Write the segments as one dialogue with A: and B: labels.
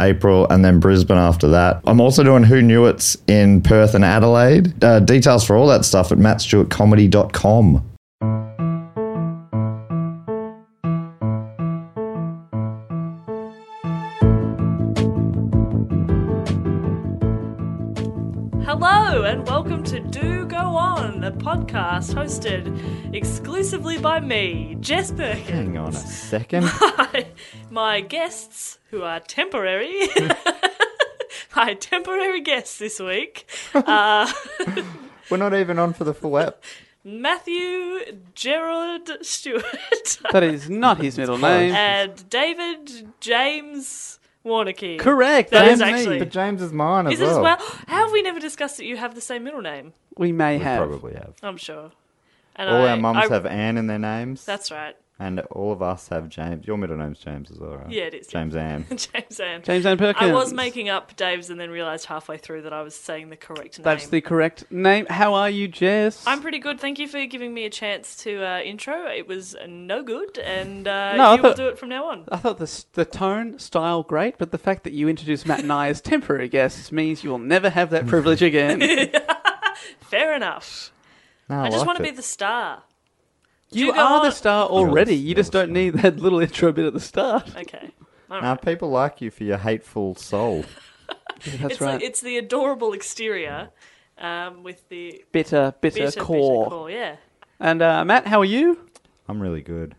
A: April, and then Brisbane after that. I'm also doing Who Knew It's in Perth and Adelaide. Uh, details for all that stuff at mattstewartcomedy.com.
B: Hello, and welcome to Do Go On, a podcast hosted exclusively by me, Jess Perkins.
A: Hang on a second.
B: my, my guests, who are temporary, my temporary guests this week, are
A: We're not even on for the full app.
B: Matthew Gerald Stewart
C: That is not his middle name.
B: and David James Warnocky.
C: Correct.
B: That is
C: and me.
B: actually-
A: But James is mine as
B: Is it as
A: well.
B: well? How have we never discussed that you have the same middle name?
C: We may
A: We
C: have.
A: probably have.
B: I'm sure. And
A: All
B: I-
A: our mums
B: I-
A: have Anne in their names.
B: That's right.
A: And all of us have James. Your middle name's James as well, right?
B: Yeah, it is, yeah.
A: James Anne.
B: James Ann.
C: James Ann Perkins.
B: I was making up Dave's and then realised halfway through that I was saying the correct name.
C: That's the correct name. How are you, Jess?
B: I'm pretty good. Thank you for giving me a chance to uh, intro. It was uh, no good, and uh,
C: No, I
B: you will
C: thought-
B: do it from now on.
C: I thought the, s- the tone, style, great, but the fact that you introduced Matt and I as temporary guests means you will never have that privilege again.
B: Fair enough.
A: No,
B: I, just
A: liked
B: want to
A: it.
B: be the star.
C: you
B: You go
C: are the
B: on.
C: star already.
A: You're the-
C: You just don't need that little intro bit at the start.
B: Okay. All
A: Now
B: right.
A: people like you for your hateful soul.
C: That's
B: it's,
C: right.
B: the, it's the adorable exterior um, with the
C: bitter, bitter,
B: bitter, bitter
C: core.
B: core. Yeah.
C: And uh, Matt, how are you?
A: I'm really good,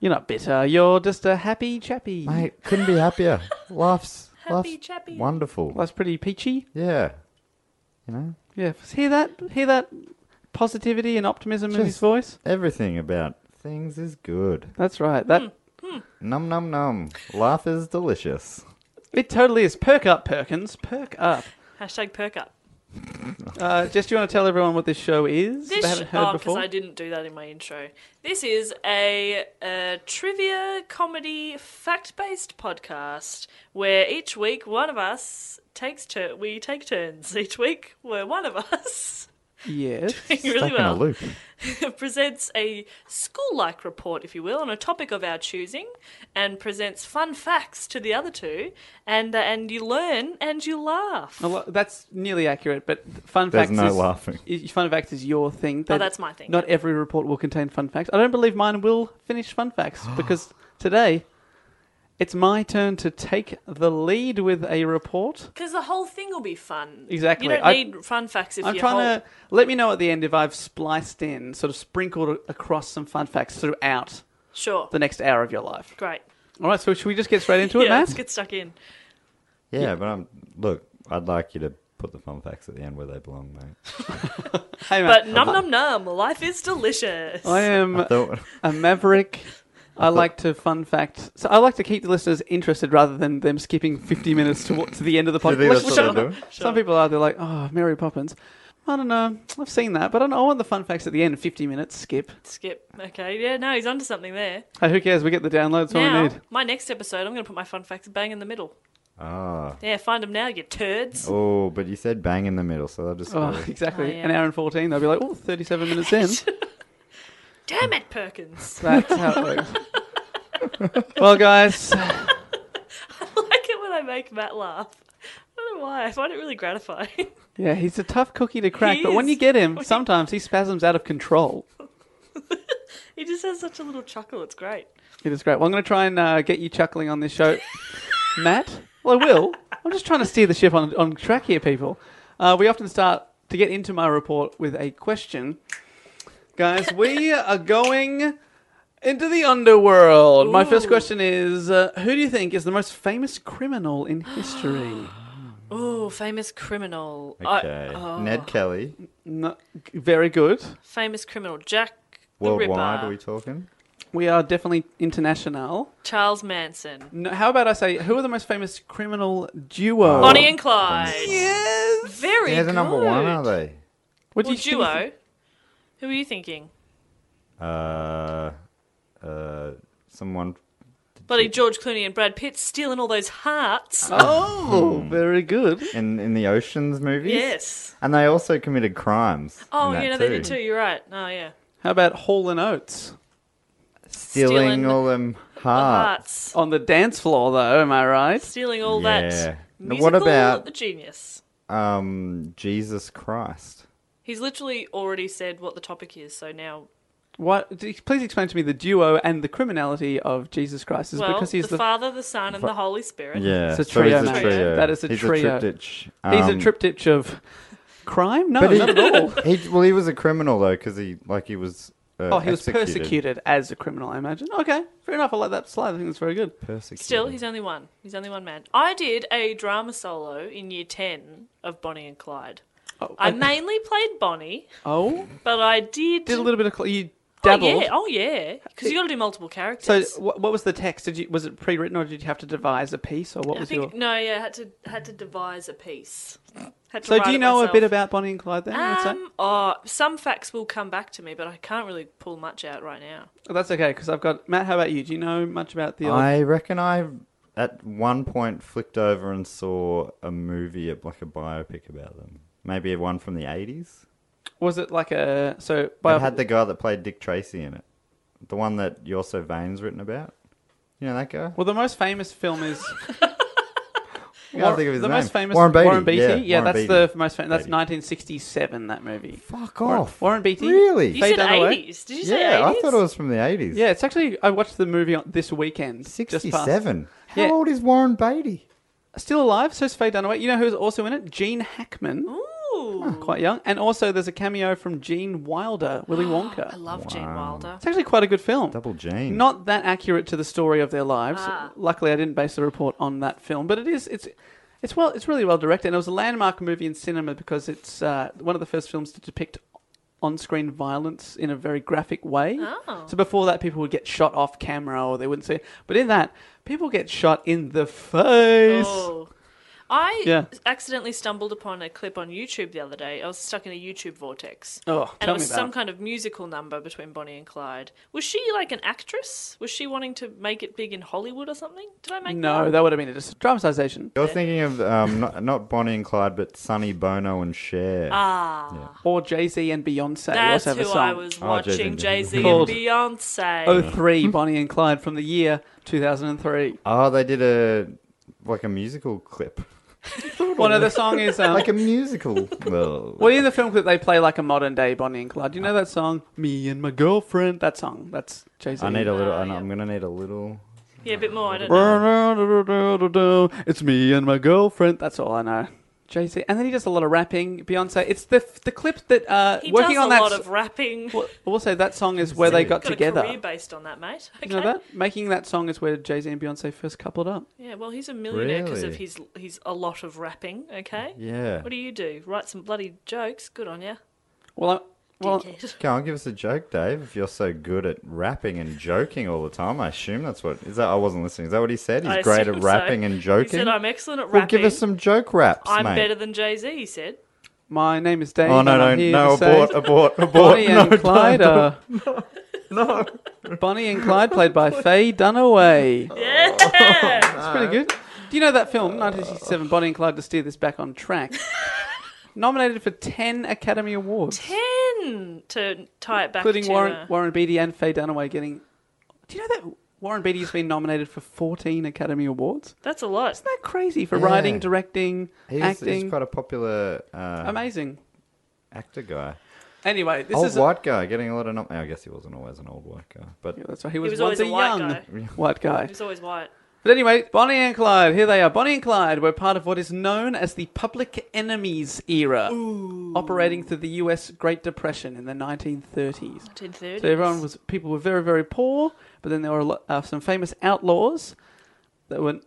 C: You're not bitter. You're just a happy chappy.
A: mate. Couldn't be happier. Life's
B: Happy
A: life's
B: chappy.
A: wonderful.
C: Well, that's pretty peachy.
A: Yeah, you know
C: Yeah. Hear that? Hear that positivity and optimism in his
A: Just-
C: voice?
A: everything about things is good.
C: That's right.
B: Hmm.
C: That
A: Num num num. Life is delicious.
C: it totally is. Perk up, Perkins. Perk up.
B: Hashtag perk up.
C: Uh, Jess, do you want to tell everyone what this show is?
B: This
C: they haven't
B: sh-
C: heard
B: oh, because
C: before.
B: I didn't do that in my intro. This is a, a trivia comedy fact based podcast where each week one of us takes tur- we take turns each week where one of us
C: Yes.
B: really
A: Stuck in a
B: well
A: loop.
B: presents a school like report, if you will, on a topic of our choosing, and presents fun facts to the other two, and uh, and you learn and you laugh.
C: A lo- that's nearly accurate, but fun
A: There's
C: facts.
A: no
C: is,
A: laughing.
C: is- fun facts is your thing. That
B: Oh, that's my thing,
C: Not every report will contain fun facts. I don't believe mine will finish fun facts because today it's my turn to take the lead with a report.
B: Because the whole thing will be fun.
C: Exactly.
B: You don't
C: I-
B: need fun facts if
C: I'm
B: you
C: trying
B: hold-
C: to let me know at the end if I've spliced in, sort of sprinkled across some fun facts throughout
B: Sure.
C: the next hour of your life.
B: Great.
C: All right, so should we just get straight into it,
B: yeah,
C: Matt?
B: let's get stuck in.
A: Yeah, but I'm look. I'd like you to put the fun facts at the end where they belong, mate.
C: Hey, Matt.
B: But num num num, life is delicious.
C: I am
A: I thought-
C: a maverick. I like to fun fact. So I like to keep the listeners interested rather than them skipping 50 minutes to, to the end of the
A: think
C: podcast.
A: that's
C: Which
A: what
C: I don't
A: they're
C: know.
A: doing?
C: Some people are. They're like, oh, Mary Poppins. I don't know. I've seen that, but I, don't, know. I want the fun facts at the end. 50 minutes skip.
B: Skip. Okay. Yeah, no, he's onto something there.
C: Hey, who cares? We get the downloads. All we
B: now,
C: need.
B: my next episode, I'm going to put my fun facts bang in the middle.
A: Ah.
B: Yeah, find them now, you turds.
A: Oh, but you said bang in the middle, so they'll just.
C: Oh,
A: go-
C: exactly.
B: Oh, yeah.
C: An hour and 14. They'll be like, oh, 37 minutes in.
B: Damn it, Perkins.
C: That's how it works. well, guys,
B: I like it when I make Matt laugh. I don't know why. I find it really gratifying.
C: yeah, he's a tough cookie to crack,
B: He
C: but when
B: is.
C: you get him, sometimes he spasms out of control.
B: he just has such a little chuckle. It's great.
C: It is great. Well, I'm going to try and uh, get you chuckling on this show, Matt. Well, I will. I'm just trying to steer the ship on, on track here, people. Uh, we often start to get into my report with a question. Guys, we are going into the underworld. My first
B: Ooh.
C: question is uh, Who do you think is the most famous criminal in history?
B: Oh, famous criminal. I-
A: Okay.
B: oh,
A: Ned Kelly.
C: No, very good.
B: famous criminal. Jack the
A: Worldwide, are
B: Ripper.
A: we talking?
C: We are definitely international.
B: Charles Manson.
C: No, how about I say, who are the most famous criminal duo?
B: Bonnie and Clyde.
C: Oh. Yes.
B: Very
A: They're the number one,
B: good.
A: are they?
C: What do
B: Well,
C: you think-
B: duo. Who are you thinking?
A: Uh, uh, someone.
B: Bloody George Clooney and Brad Pitt stealing all those hearts.
A: Hmm.
C: Oh, very good.
A: In, in the Oceans movies?
B: yes.
A: And they also committed crimes.
B: Oh,
A: in that
B: yeah, no, they did too. You're right. Oh, yeah.
C: How about Hall and Oates?
A: Stealing,
B: Stealing
A: all them
C: Ah.
A: hearts.
B: Hearts.
C: On the dance floor, though, am I right?
B: Stealing all
A: Yeah.
B: that.
A: Now,
B: Musical
A: what about-
B: genius?
A: Um, Jesus Christ.
B: He's literally already said what the topic is, so now.
C: What? d- Please explain to me the duo and the criminality of Jesus Christ. Is
B: well,
C: because he's
B: the,
C: the,
B: Father, the Son, and the Holy Spirit.
A: Yeah.
C: It's a
A: so he's
C: trio, mate.
A: trio.
C: That is a
A: he's
C: trio.
A: A triptych.
C: he's a
A: Um,
C: triptych of crime. No,
A: But he,
C: not at all.
A: he- well, he was a criminal though, because he like he was. Uh,
C: Oh, he was
A: executed.
C: persecuted as a criminal, I imagine. Okay, fair enough. I like that slide. I think that's very good.
A: Persecuted.
B: Still, he's only one. He's only one man. I did a drama solo in year 10 of Bonnie and Clyde.
C: Oh,
B: I
C: I-
B: mainly played Bonnie,
C: oh
B: but I did.
C: did a little bit of cl- you
B: oh,
C: dabbled.
B: yeah. Oh, yeah. Because you got to do multiple
C: So,
B: characters.
C: what, what was the text? Did you was it pre-written or did you have to devise a piece or what
B: I
C: was
B: think
C: your?
B: no, yeah, had to had to devise a piece. Had to
C: So,
B: write
C: do you
B: it
C: know a
B: myself.
C: bit about Bonnie and Clyde? Then I'd say?
B: Um, oh, some facts will come back to me, but I can't really pull much out right now.
C: Oh, that's okay because I've got Matt. How about you? Do you know much about the? old-
A: I reckon I at one point flicked over and saw a movie, like a biopic about them. Maybe one from the eighties.
C: Was it like a so?
A: It
C: Bio-
A: had the guy that played Dick Tracy in it, the one that You're So Vane's written about. You know that guy?
C: well, the most famous film is
A: I can't think of his
C: the
A: name.
C: most famous
A: Warren Beatty.
C: Beatty. Yeah, that's
A: Warren
C: the
A: Beatty.
C: most famous. That's
A: Beatty.
C: 1967. That movie.
A: Fuck
C: Warren-
A: off.
C: Warren Beatty.
A: Really?
B: You
C: Faye
B: said
C: Dunaway?
B: eighties. Did you say
A: yeah, I
B: eighties?
A: thought it was from the eighties.
C: Yeah, it's actually I watched the movie on, this weekend. just past-
A: sixty-seven. How
C: Yeah.
A: old is Warren Beatty?
C: Still alive. So's Faye Dunaway. You know who's also in it? Gene Hackman. Oh,
B: Ooh,
C: Quite young. And also there's a cameo from Gene Wilder, Willy
B: I
C: Wonka.
B: love Gene Wilder.
C: It's actually quite a good film.
A: Double Gene.
C: Not that accurate to the story of their lives.
B: Ah.
C: Luckily, I didn't base the report on that film, but it is it's it's well it's really well directed. And it was a landmark movie in cinema because it's uh, one of the first films to depict on-screen violence in a very graphic way.
B: Oh.
C: So before that, people would get shot off camera, or they wouldn't see. It. But in that, people get shot in the face.
B: Oh. I
C: Yeah.
B: accidentally stumbled upon a clip on YouTube the other day. I was stuck in a YouTube vortex.
C: Oh,
B: and
C: tell
B: it was
C: me about
B: some
C: it.
B: kind of musical number between Bonnie and Clyde. Was she like an actress? Was she wanting to make it big in Hollywood or something? Did I make
C: No,
B: that?
C: that would have been a dis- dramatization
A: You're thinking of um, not, not Bonnie and Clyde, but Sonny Bono and Cher.
B: Ah,
C: or Jay Z and Beyonce.
B: that's
C: also have
B: who
C: a song.
B: I was
A: Oh, Jay-Z
B: watching.
A: and
B: Jay Z and
C: Called- Oh.
B: Beyonce.
C: 03 Bonnie and Clyde from the year 2003.
A: Oh, they did a like a musical clip,
C: Well, no, the song is um,
A: like a musical. well,
C: Well, in the film clip, they play like a modern day Bonnie and Clyde. You know that song, "Me and My Girlfriend"? That song. That's Jay Z.
A: I need a little. I know,
B: yeah.
A: I'm gonna need a little.
B: Yeah, a bit more. I don't know.
C: It's me and my girlfriend. That's all I know. Jay Z, and then he does a lot of rapping. Beyonce. It's the the clip that uh,
B: He
C: working
B: does
C: on
B: a
C: that.
B: lot of rapping.
C: well, also, that song is where they got,
B: Got a career
C: together.
B: based on that, mate. Okay.
C: You know that making that song is where Jay Z and Beyonce first coupled up.
B: Yeah, well, he's a millionaire because of
A: Really?
B: his he's a lot of rapping. Okay.
A: Yeah.
B: What do you do? Write some bloody jokes. Good on you.
C: Well, I, well,
A: Come on, give us a joke, Dave. If you're so good at rapping and joking all the time, I assume that's what is that. I wasn't listening. Is that what he said? He's great at rapping and joking.
B: He said, "I'm excellent at
A: well,
B: rapping.
A: give us some joke raps,
B: I'm
A: mate.
B: better than Jay Z." He said.
C: my name is Dave.
A: oh
C: and
A: no,
C: I'm
A: no,
C: here
A: no!
C: to say-
A: Abort, abort, abort!
C: Bonnie
A: No,
C: and Clyde
A: don't,
C: are. No. Bonnie and Clyde, played by Faye Dunaway. That's pretty good. Do you know that film, 1967, Bonnie and Clyde, to steer this back on track? nominated for 10 Academy Awards,
B: Ten to tie it back,
C: including
B: to,
C: Warren,
B: uh,
C: Warren Beatty and Faye Dunaway getting. Do you know that Warren Beatty's been nominated for 14 Academy Awards?
B: That's a lot.
C: Isn't that crazy for
A: Yeah.
C: writing, directing,
A: He's,
C: acting?
A: he's quite a popular uh,
C: Amazing.
A: actor guy.
C: Anyway, this
A: old
C: is. a-
A: white guy getting a lot of. Nom- I guess he wasn't always an old white guy, but
C: Yeah, that's right. He
B: He
C: was,
B: was always
C: once a,
B: a white
C: young
B: guy.
C: white guy.
B: He's always white.
C: But anyway, Bonnie and Clyde, here they are. Bonnie and Clyde were part of what is known as the public enemies era, operating through the US Great Depression in the 1930s.
B: Ten thirty.
C: So everyone was, people were very, very poor, but then there were a lot, uh, some famous outlaws that were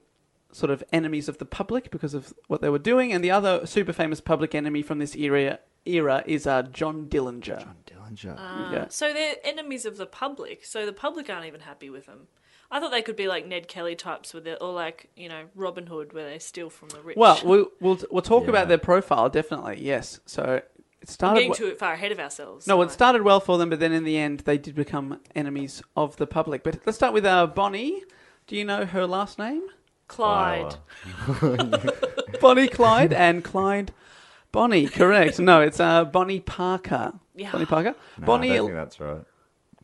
C: sort of enemies of the public because of what they were doing. And the other super famous public enemy from this era, era is uh, John Dillinger.
A: Dillinger.
D: Saranja.
C: yeah.
B: Uh, So they're enemies of the public, so the public aren't even happy with them. I thought they could be like Ned Kelly types, with it, or like you know Robin Hood, where they steal from the rich.
C: Well, we, we'll we'll talk
A: Yeah.
C: about their profile definitely. Yes. So it
B: I'm
C: started.
B: getting
C: wi-
B: too far ahead of ourselves.
C: No,
B: aren't
C: it
B: I?
C: started well for them, but then in the end, they did become enemies of the public. But let's start with uh, Bonnie. Do you know her last name?
B: Clyde.
C: Oh. Bonnie Clyde and Clyde Bonnie, correct. No, it's uh, Bonnie Parker.
B: Yeah.
C: Bonnie Parker.
D: No,
C: Bonnie.
D: I
A: I think that's right.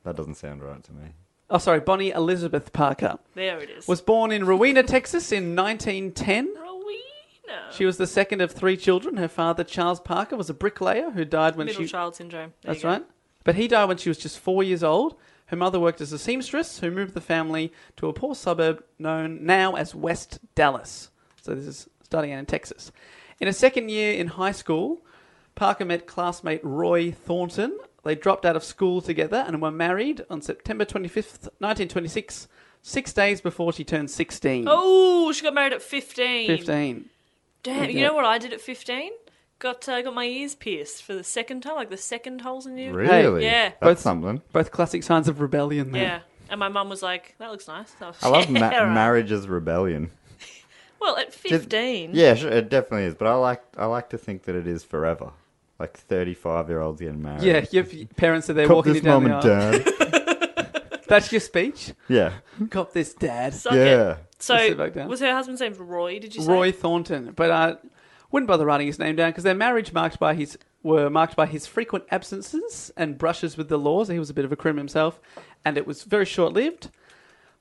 A: That doesn't sound right to me.
C: oh, sorry, Bonnie Elizabeth Parker
B: There it is.
C: was born in Rowena, Texas, in 1910.
B: Rowena.
C: She was the second of three children. Her father, Charles Parker, was a bricklayer who died when
B: middle
C: she.
B: child syndrome. There
C: That's
B: you go.
C: right. But he died when she was just four years old. Her mother worked as a seamstress who moved the family to a poor suburb known now as West Dallas. So this is starting out in Texas. In her second year in high school, Parker met classmate Roy Thornton. They dropped out of school together and were married on September 25th, 1926, six days before she turned 16.
B: Oh, she got married at 15.
C: 15.
B: Damn, you
C: Yeah.
B: know what I did at 15? Got uh, got my ears pierced for the second time, like the second holes in you.
D: Really?
B: Yeah.
D: That's
C: Both-
D: something.
C: Both classic signs of rebellion there.
B: Yeah. And my mum was like, that looks nice. And was
A: I love
B: like,
A: ma-
B: "Yeah, right."
A: marriage as rebellion.
B: Well, at 15.
A: Yeah, sure, it definitely is. But I like I like to think that it is forever. Like thirty-five year olds getting married.
C: Yeah, your f- parents are there
A: Cop
C: walking you
A: this
C: down
A: mum
C: the
A: and
C: aisle.
A: dad.
C: That's your speech?
A: yeah.
C: Cop this, dad.
B: Suck
A: yeah.
B: it. So,
C: Let's sit back down.
B: was her husband's name Roy, did you say?
C: Roy Thornton, but I wouldn't bother writing his name down because their marriage marked by his were marked by his frequent absences and brushes with the law. So he was a bit of a crim himself, and it was very short lived.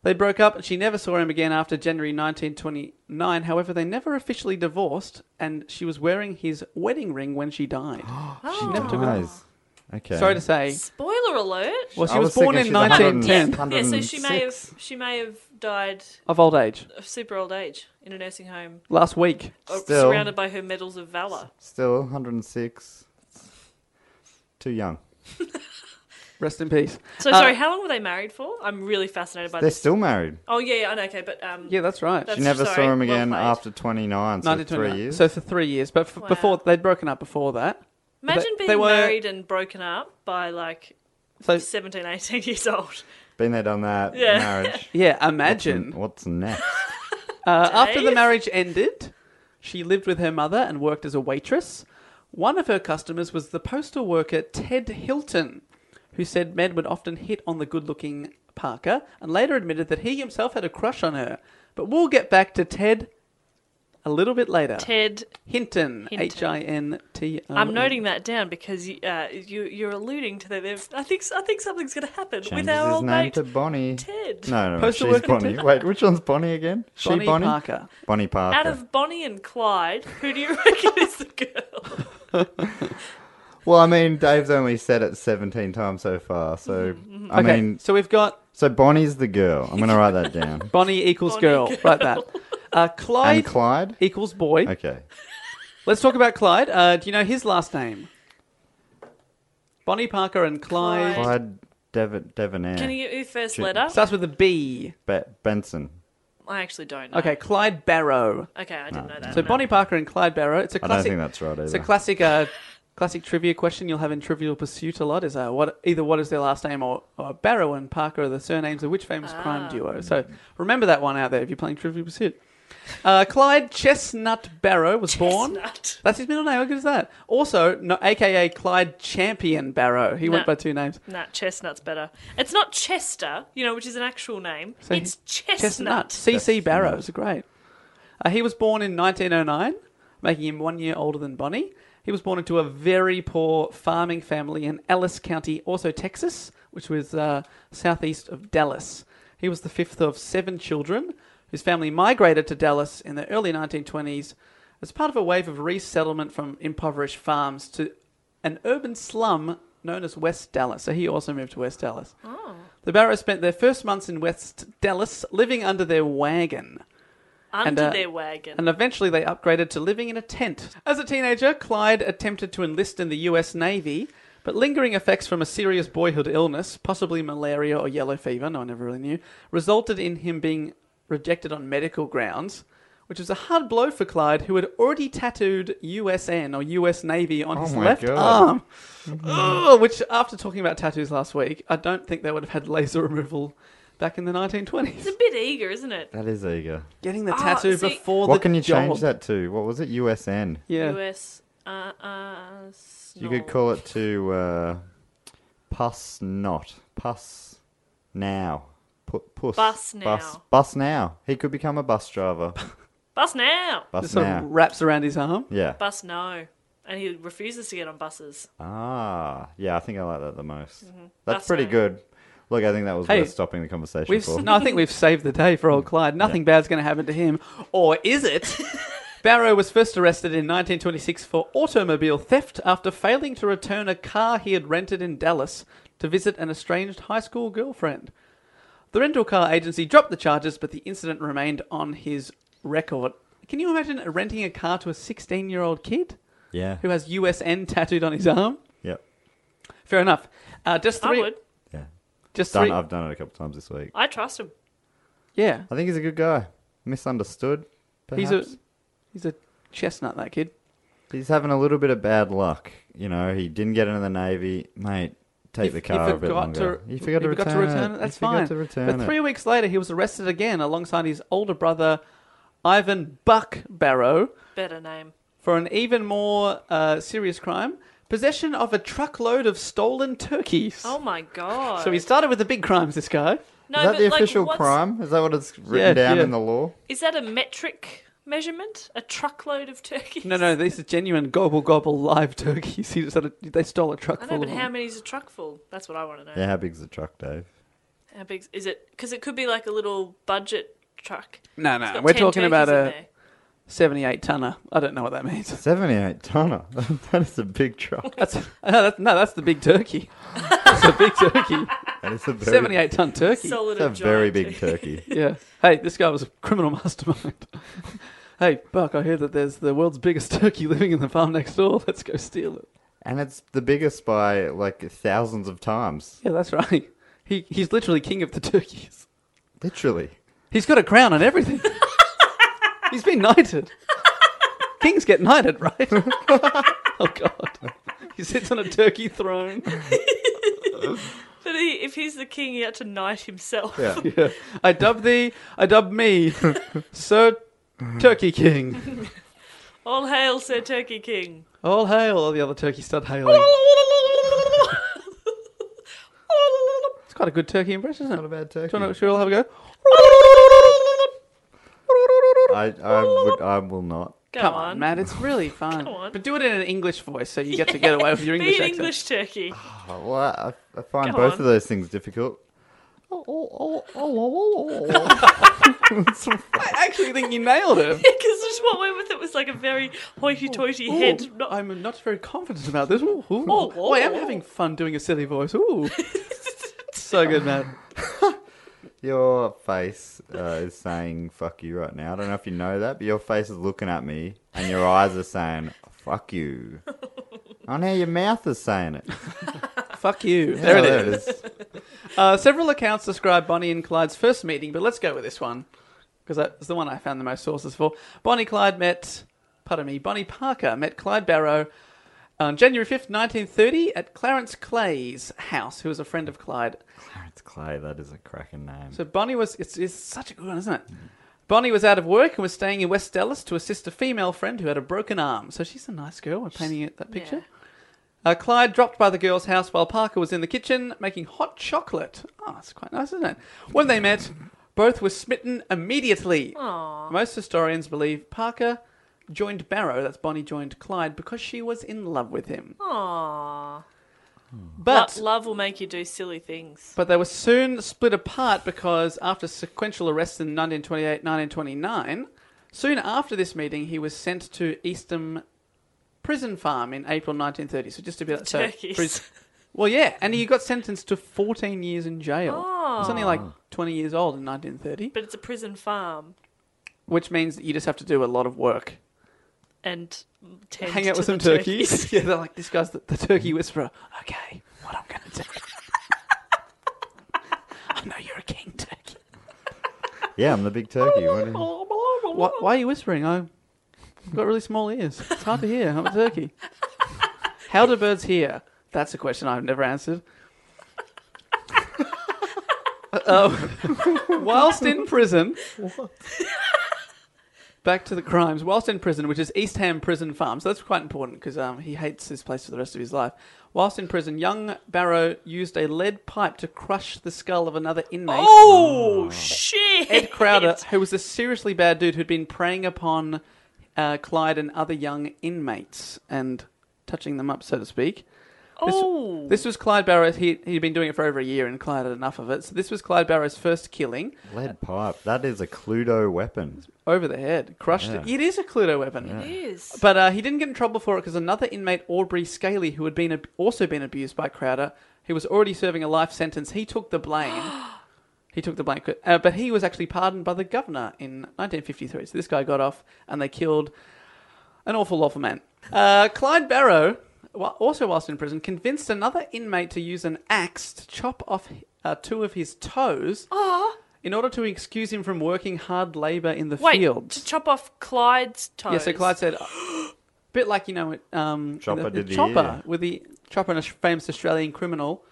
C: They broke up, and she never saw him again after January 1929. However, they never officially divorced, and she was wearing his wedding ring when she died.
A: She
B: Oh.
C: never took it off.
A: dies. Okay.
C: Sorry to say.
B: Spoiler alert.
C: Well, she
A: I
C: was,
A: was
C: born
A: thinking
C: in
A: she was
C: 1910
B: yeah, so she may
A: 106.
B: have she may have died
C: of old age
B: of super old age in a nursing home,
C: last week.
B: or
A: Still.
B: surrounded by her medals of valor.
A: Still 106. Too young.
C: Rest in peace.
B: So
C: Uh,
B: sorry, how long were they married for? I'm really fascinated by
A: They're
B: this.
A: still married.
B: Oh yeah, yeah, I know. Okay, but um,
C: Yeah, that's right.
B: That's-
A: She never
B: sorry,
A: saw him
B: well
A: again
B: played.
A: after 29, so
C: 1929.
A: three years.
C: So for three years, but f-
B: Wow.
C: before they'd broken up before that. But
B: imagine
C: they-
B: being
C: they were-
B: married and broken up by like
C: So
B: 17, 18 years old.
A: Been there, done that.
B: Yeah.
A: Marriage.
C: yeah, imagine
A: What's next?
C: Uh, after the
B: Dave?
C: marriage ended, she lived with her mother and worked as a waitress. One of her customers was the postal worker Ted Hilton, who said men would often hit on the good looking Parker and later admitted that he himself had a crush on her. But we'll get back to Ted a little bit later.
B: Ted,
C: Hinton,
B: Hinton.
C: H I N T
A: Uh,
C: O N.
B: I'm noting that down because you, uh, you you're alluding to that. There's, I think I think something's going to happen
A: Changes
B: with our
A: his
B: old
A: name
B: mate
A: to Bonnie.
B: Ted.
A: No, no, no.
C: Postal
A: She's
C: worker
A: Bonnie. Wait, which one's Bonnie again? She
C: Bonnie
A: Bonnie?
C: Parker.
A: Bonnie Parker.
B: Out of Bonnie and Clyde, who do you reckon is the girl?
A: Well, I mean, Dave's only said it 17 times so far, so
B: Mm-hmm,
A: I
C: okay,
A: mean,
C: so we've got
A: so Bonnie's the girl. I'm gonna write that down.
C: Bonnie equals
B: Bonnie
C: girl. Like that. Uh,
A: and
C: Clyde
A: Clyde.
C: equals boy.
A: Okay,
C: Let's talk about Clyde. Uh, do you know his last name? Bonnie Parker and Clyde.
B: Clyde.
A: Clyde Devon Devonair.
B: Can you get your first
A: Shit.
B: letter?
C: Starts with a B.
A: Be- Benson.
B: I actually don't. Know.
C: Okay, Clyde Barrow.
B: Okay, I didn't know that.
C: So
B: No.
C: Bonnie Parker and Clyde Barrow. It's a
A: I
C: classic.
A: don't think that's right
C: it's a
A: either.
C: classic. Uh, classic trivia question you'll have in Trivial Pursuit a lot is uh, what either what is their last name or, or Barrow and Parker are the surnames of which famous crime duo. So remember that one out there if you're playing Trivial Pursuit. Uh, Clyde Chestnut Barrow was born.
B: Chestnut.
C: That's his middle name. How good is that? Also, no, aka Clyde Champion Barrow. He went
B: No.
C: by two names.
B: Nah, chestnut's better. It's not Chester, you know, which is an actual name.
C: So
B: it's
C: Chestnut.
B: chestnut.
C: C.C. Barrow. It's great. Uh, he was born in 1909, making him one year older than Bonnie. He was born into a very poor farming family in Ellis County, also Texas, which was uh, southeast of Dallas. He was the fifth of seven children whose family migrated to Dallas in the early 1920s as part of a wave of resettlement from impoverished farms to an urban slum known as West Dallas. So he also moved to West Dallas. The Barrows spent their first months in West Dallas living under their wagon,
B: Under
C: and, uh,
B: their wagon.
C: and eventually they upgraded to living in a tent. As a teenager, Clyde attempted to enlist in the US Navy, but lingering effects from a serious boyhood illness, possibly malaria or yellow fever, no one ever really knew, resulted in him being rejected on medical grounds. which was a hard blow for Clyde, who had already tattooed USN or US Navy on
A: Oh
C: his
A: my
C: left
A: God. Mm-hmm.
C: arm. Ugh, which, after talking about tattoos last week, I don't think they would have had laser removal back in the 1920s.
B: It's a bit eager, isn't it?
A: That is eager.
C: Getting the
B: Ah,
C: tattoo
B: see-
C: before the
A: what can you
C: job.
A: change that to? What was it? USN.
C: Yeah.
B: US. Uh, uh,
A: You could call it to uh, pus not pus now. Pu- puss.
B: Bus now.
A: Bus, bus now. He could become a bus driver.
B: Bus now!
A: Bus
C: Just sort of
A: now.
C: wraps around his arm.
A: Yeah.
B: Bus no. And he refuses to get on buses.
A: Ah. Yeah. I think I like that the most. That's
B: Mm-hmm. Bus
A: pretty
B: now.
A: good. Look, I think that was
C: Hey,
A: worth stopping the conversation
C: We've,
A: for.
C: no, I think we've saved the day for old Clyde. Nothing bad's going to happen to him. Or is it? Barrow was first arrested in 1926 for automobile theft after failing to return a car he had rented in Dallas to visit an estranged high school girlfriend. The rental car agency dropped the charges, but the incident remained on his record. Can you imagine renting a car to a 16 year old kid
A: yeah.
C: who has USN tattooed on his arm?
A: Yep.
C: Fair enough. Uh, just three.
B: I would.
A: Yeah.
C: Just
A: Done.
C: three.
A: I've done it a couple times this week.
B: I trust him.
C: Yeah.
A: I think he's a good guy. Misunderstood. Perhaps.
C: He's a he's a chestnut. That kid.
A: He's having a little bit of bad luck. You know, he didn't get into the navy, mate. Take the
C: He-
A: car
C: he
A: a bit
C: forgot
A: longer.
C: To,
A: he forgot to return,
C: it.
A: He
C: That's
A: forgot
C: fine.
A: to return
C: but
A: it.
C: three weeks later, he was arrested again alongside his older brother, Ivan Buck Barrow,
B: Better name.
C: for an even more uh, serious crime: possession of a truckload of stolen turkeys.
B: Oh my god.
C: So he started with the big crimes. This guy.
B: No,
A: is that
B: but
A: the
B: like,
A: official
B: what's-
A: crime? Is that what it's written
C: Yeah,
A: down
C: yeah.
A: in the law?
B: Is that a metric measurement? A truckload of turkeys?
C: No, no, these are genuine gobble gobble live turkeys. He just had a, they stole a truck
B: I
C: full
B: know,
C: of
B: but how
C: them.
B: many's a truck full? That's what I want to know.
A: Yeah, how big's the truck, Dave?
B: How big is it? Because it could be like a little budget truck.
C: No,
B: It's
C: no,
B: got
C: Uh, we're
B: 10
C: talking about
B: turkeys in
C: a seventy-eight tonner. I don't know what that means.
A: Seventy-eight tonner. that is a big truck.
C: That's uh, that's no, that's the big turkey. That's a big turkey,
A: That is a very,
C: seventy-eight ton turkey.
B: there. solid.
A: It's a
B: and giant
A: very big
B: turkey.
A: turkey.
C: Yeah. Hey, this guy was a criminal mastermind. hey, Buck, I hear that there's the world's biggest turkey living in the farm next door. Let's go steal it.
A: and it's the biggest by like thousands of times.
C: Yeah, that's right. He he's literally king of the turkeys.
A: Literally.
C: He's got a crown and everything. he's been knighted. Kings get knighted, right? oh God. He sits on a turkey throne.
B: But he, if he's the king, he had to knight himself.
A: Yeah.
C: Yeah. I dub thee, I dub me, Sir Turkey King.
B: All hail, Sir Turkey King.
C: All hail, all the other turkeys start hailing. It's quite a good turkey impression, isn't it?
A: Not a bad turkey.
C: Do you want to, should we all have a go?
A: I, I, would, I will not.
B: Go
C: Come
B: on,
C: on, Matt. It's really fun.
B: Come on.
C: But do it in an English voice so you get to get away with your
B: Be
C: English
B: an
C: accent.
B: English turkey.
A: Oh, well, I, I find
B: Go
A: both
B: on.
A: of those things difficult.
C: I actually think you nailed it.
B: Because just what went with it was like a very hoity-toity
C: Ooh,
B: head. Not,
C: I'm not very confident about this. Ooh, ooh.
B: Oh,
C: Oh, I am
B: oh.
C: having fun doing a silly voice. Ooh. so good, Matt.
A: Your face uh, is saying "fuck you" right now. I don't know if you know that, but your face is looking at me, and your eyes are saying "fuck you." Oh, now your mouth is saying it.
C: Fuck you. There it
A: Oh,
C: is. Uh, several accounts describe Bonnie and Clyde's first meeting, but let's go with this one because that's the one I found the most sources for. Bonnie Clyde met, pardon me, Bonnie Parker met Clyde Barrow on January 5th, 1930, at Clarence Clay's house, who was a friend of Clyde.
A: Clarence Clay, that is a cracking name.
C: So Bonnie was, it's, it's such a good one, isn't it? Bonnie was out of work and was staying in West Dallas to assist a female friend who had a broken arm. So she's a nice girl. We're painting it, that picture. Uh, Clyde dropped by the girl's house while Parker was in the kitchen making hot chocolate. Oh, that's quite nice, isn't it? When they met, both were smitten immediately. Most historians believe Parker joined Barrow, that's Bonnie joined Clyde, because she was in love with him.
B: Aww.
C: But
B: Lo- love will make you do silly things.
C: but they were soon split apart because after sequential arrests in 1928 1929, soon after this meeting, he was sent to Eastham Prison Farm in April 1930. So just a bit. so
B: Turkeys.
C: pris- well, yeah, and he got sentenced to 14 years in jail.
B: Oh.
C: He was only like 20 years old in 1930,
B: But it's a prison farm,
C: which means that you just have to do a lot of work.
B: and tend
C: Hang out
B: to
C: with some
B: the
C: turkeys. yeah, they're like, this guy's the, the turkey whisperer. Okay, what I'm going to do. I know you're a king turkey.
A: Yeah, I'm the big turkey. What do you-
C: Why, why are you whispering? I've got really small ears. It's hard to hear. I'm a turkey. How do birds hear? That's a question I've never answered. Um, whilst in prison, back to the crimes. Whilst in prison, which is East Ham Prison Farm, so that's quite important because um, he hates this place for the rest of his life. Whilst in prison, young Barrow used a lead pipe to crush the skull of another inmate.
B: Oh, shit!
C: Ed Crowder, who was a seriously bad dude who'd been preying upon uh, Clyde and other young inmates and touching them up, so to speak. This,
B: Oh,
C: this was Clyde Barrow. He, he'd been doing it for over a year and Clyde had enough of it. So this was Clyde Barrow's first killing
A: Lead pipe. That is a Cluedo weapon.
C: over the head. Crushed it.
A: Yeah.
C: It is a Cluedo weapon.
B: it is.
C: But uh, he didn't get in trouble for it because another inmate, Aubrey Scaly, who had been ab- also been abused by Crowder, he was already serving a life sentence. He took the blame. he took the blame, uh, but he was actually pardoned by the governor in 1953. So this guy got off, and they killed an awful awful man. Uh, Clyde Barrow, wa- also whilst in prison, convinced another inmate to use an axe to chop off uh, two of his toes. In order to excuse him from working hard labour in the
B: Wait,
C: fields.
B: to chop off Clyde's toes.
C: Yeah, so Clyde said, bit like you know, it, um,
A: Chopper
C: the, the
A: did the
C: Chopper
A: ear.
C: with the Chopper, and a famous Australian criminal,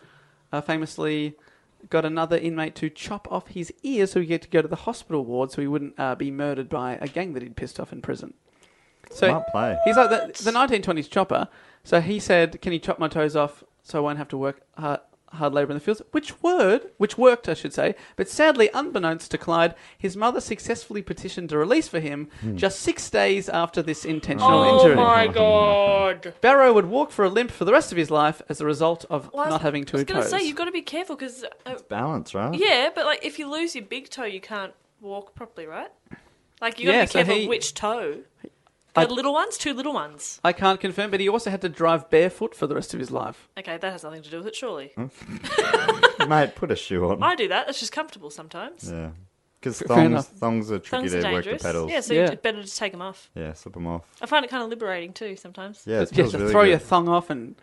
C: uh, famously got another inmate to chop off his ear so he had to go to the hospital ward so he wouldn't uh, be murdered by a gang that he'd pissed off in prison. So
A: Smart play.
C: he's like the, the 1920s Chopper. So he said, "Can you chop my toes off so I won't have to work hard?" Hard labour in the fields, which word, which worked, I should say, but sadly, unbeknownst to Clyde, his mother successfully petitioned a release for him just six days after this intentional
B: Hmm. "Oh
C: injury.
B: my god!"
C: Barrow would walk for a limp for the rest of his life as a result of
B: Well, I was-
C: not having
B: I
C: two
B: was gonna
C: toes.
B: say you've got to be careful because, uh,
A: Balance, right?
B: yeah, but like if you lose your big toe, you can't walk properly, right? Like you got to
C: Yeah,
B: be
C: so
B: careful
C: he-
B: of which toe. The
C: I-
B: little ones, two little ones.
C: I can't confirm, but he also had to drive barefoot for the rest of his life.
B: Okay, that has nothing to do with it, surely.
A: Mate, put a shoe on.
B: I do that. It's just comfortable sometimes.
A: Yeah. Because
C: Fair
A: thongs,
C: enough.
A: thongs are tricky
B: Thongs are
A: to work the
B: dangerous.
A: pedals.
B: Yeah, so
C: Yeah.
B: it's better to take them off.
A: Yeah, slip them off.
B: I find it kind of liberating too sometimes.
A: Yeah, it
C: Yes,
A: feels
C: to
A: really
C: throw
A: good.
C: your thong off and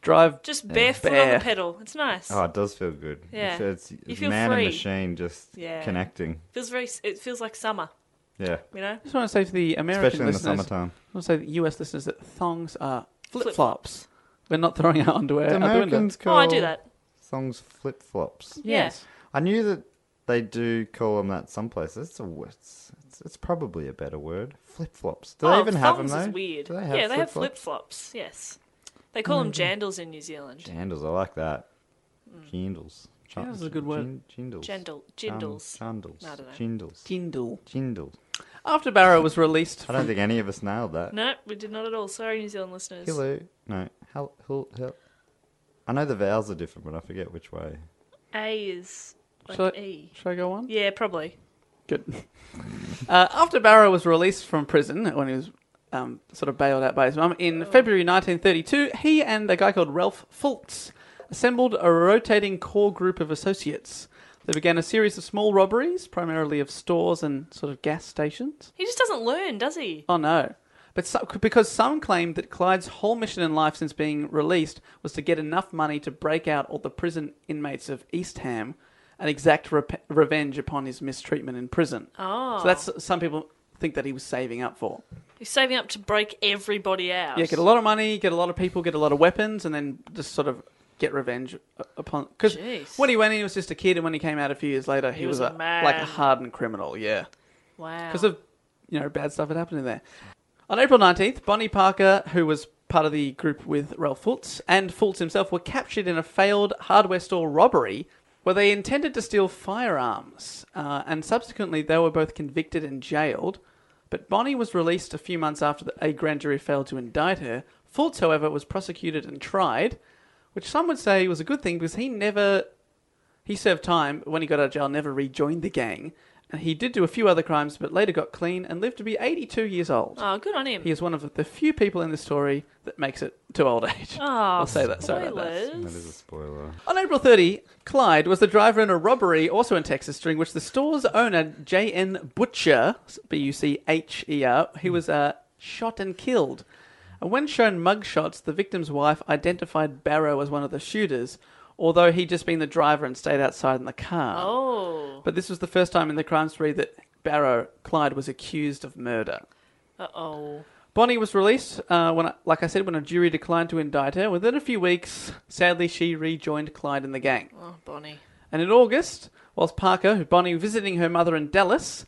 C: drive.
B: Just barefoot on
C: Bare.
B: the pedal. It's nice.
A: oh, it does feel good.
B: Yeah.
A: It's, it's,
B: You
A: it's
B: feel
A: man
B: free.
A: and machine just
B: Yeah.
A: connecting.
B: Feels very. It feels like summer.
A: Yeah.
B: You know.
C: I just want to say to the American
A: Especially in the
C: listeners, Uh,
A: summertime.
C: I want to say to the US listeners that thongs are flip flops. We're not throwing our underwear
A: The
C: out the window.
A: Americans call
B: Oh, I do that.
A: thongs flip flops.
B: Yes.
A: I knew that they do call them that some places. It's a wo- it's, it's, it's probably a better word. Flip flops. Do they
B: oh,
A: even have them
B: thongs
A: though?
B: Is weird.
A: Do they have
B: yeah, they have flip
A: flip-flops? Mm.
B: flops. Yes. They call them jandals in New Zealand.
A: Jandals. I like that.
B: Hmm.
A: Jandals. Jan-
C: Jandals is a good word.
A: jan- Jandals.
B: Jandal,
A: Jan-
B: jindals.
A: Jandals.
B: I don't know.
A: Jindals.
C: Kindle.
A: Jindals.
C: After Barrow was released,
A: I don't think any of us nailed that.
B: No, we did not at all. Sorry, New Zealand listeners.
A: Hello. No. Hel- hel- hel- I know the vowels are different, but I forget which way.
B: A is like
C: Shall I-
B: E.
C: should I go on?
B: Yeah, probably.
C: Good. Uh, after Barrow was released from prison when he was um, sort of bailed out by his mum in February 1932, he and a guy called Ralph Fultz assembled a rotating core group of associates. They began a series of small robberies, primarily of stores and sort of gas stations.
B: He just doesn't learn, does he?
C: Oh no. But so, because some claimed that Clyde's whole mission in life since being released was to get enough money to break out all the prison inmates of East Ham and exact rep- revenge upon his mistreatment in prison.
B: Oh.
C: So that's some people think that he was saving up for.
B: He's saving up to break everybody out.
C: Yeah, get a lot of money, get a lot of people, get a lot of weapons, and then just sort of get revenge u- upon. Because
B: Jeez.
C: when he went in, he was just a kid, and when he came out a few years later, he,
B: He was
C: was,
B: a
C: a,
B: man.
C: like a hardened criminal. Yeah,
B: Wow.
C: because of you know bad stuff that happened in there. On April nineteenth, Bonnie Parker, who was part of the group with Ralph Fultz and Fultz himself, were captured in a failed hardware store robbery. Where they intended to steal firearms, uh, and subsequently they were both convicted and jailed. But Bonnie was released a few months after the, a grand jury failed to indict her. Fultz, however, was prosecuted and tried, which some would say was a good thing because he never he served time but when he got out of jail, never rejoined the gang. And he did do a few other crimes, but later got clean and lived to be 82 years old.
B: Oh, good on him.
C: He is one of the few people in this story that makes it to old age.
B: Oh,
C: I'll say that. Sorry about that.
B: spoilers.
A: That is a spoiler.
C: On April 30, Clyde was the driver in a robbery, also in Texas, during which the store's owner, J.N. Butcher, B U C H E R, he was uh, shot and killed. And when shown mugshots, the victim's wife identified Barrow as one of the shooters, although he'd just been the driver and stayed outside in the car.
B: Oh.
C: But this was the first time in the crime spree that Barrow, Clyde was accused of murder.
B: Uh oh.
C: Bonnie was released uh, when, like I said, when a jury declined to indict her. Within a few weeks, sadly, she rejoined Clyde and the gang.
B: Oh, Bonnie.
C: And in August, whilst Parker, with Bonnie visiting her mother in Dallas,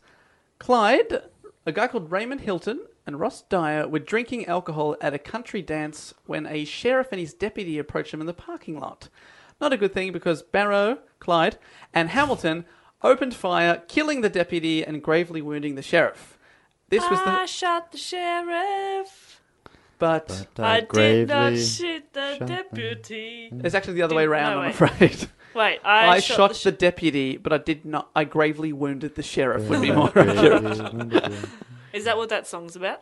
C: Clyde, a guy called Raymond Hilton, and Ross Dyer were drinking alcohol at a country dance when a sheriff and his deputy approached them in the parking lot. Not a good thing because Barrow, Clyde, and Hamilton opened fire, killing the deputy and gravely wounding the sheriff. This was
B: I
C: the
B: shot the sheriff.
C: but
B: I did not
A: Gravely.
B: shoot the
A: shot the-
B: deputy.
C: it's actually the other way
B: Didn't-
C: around.
B: no
C: I'm
B: way.
C: afraid.
B: Wait,
C: I,
B: I,
C: shot,
B: shot,
C: the, deputy, but I did not. I gravely wounded the sheriff. Would be
A: Yeah,
C: more
A: yeah,
C: accurate.
A: yeah.
B: sh- Is that what that song's about?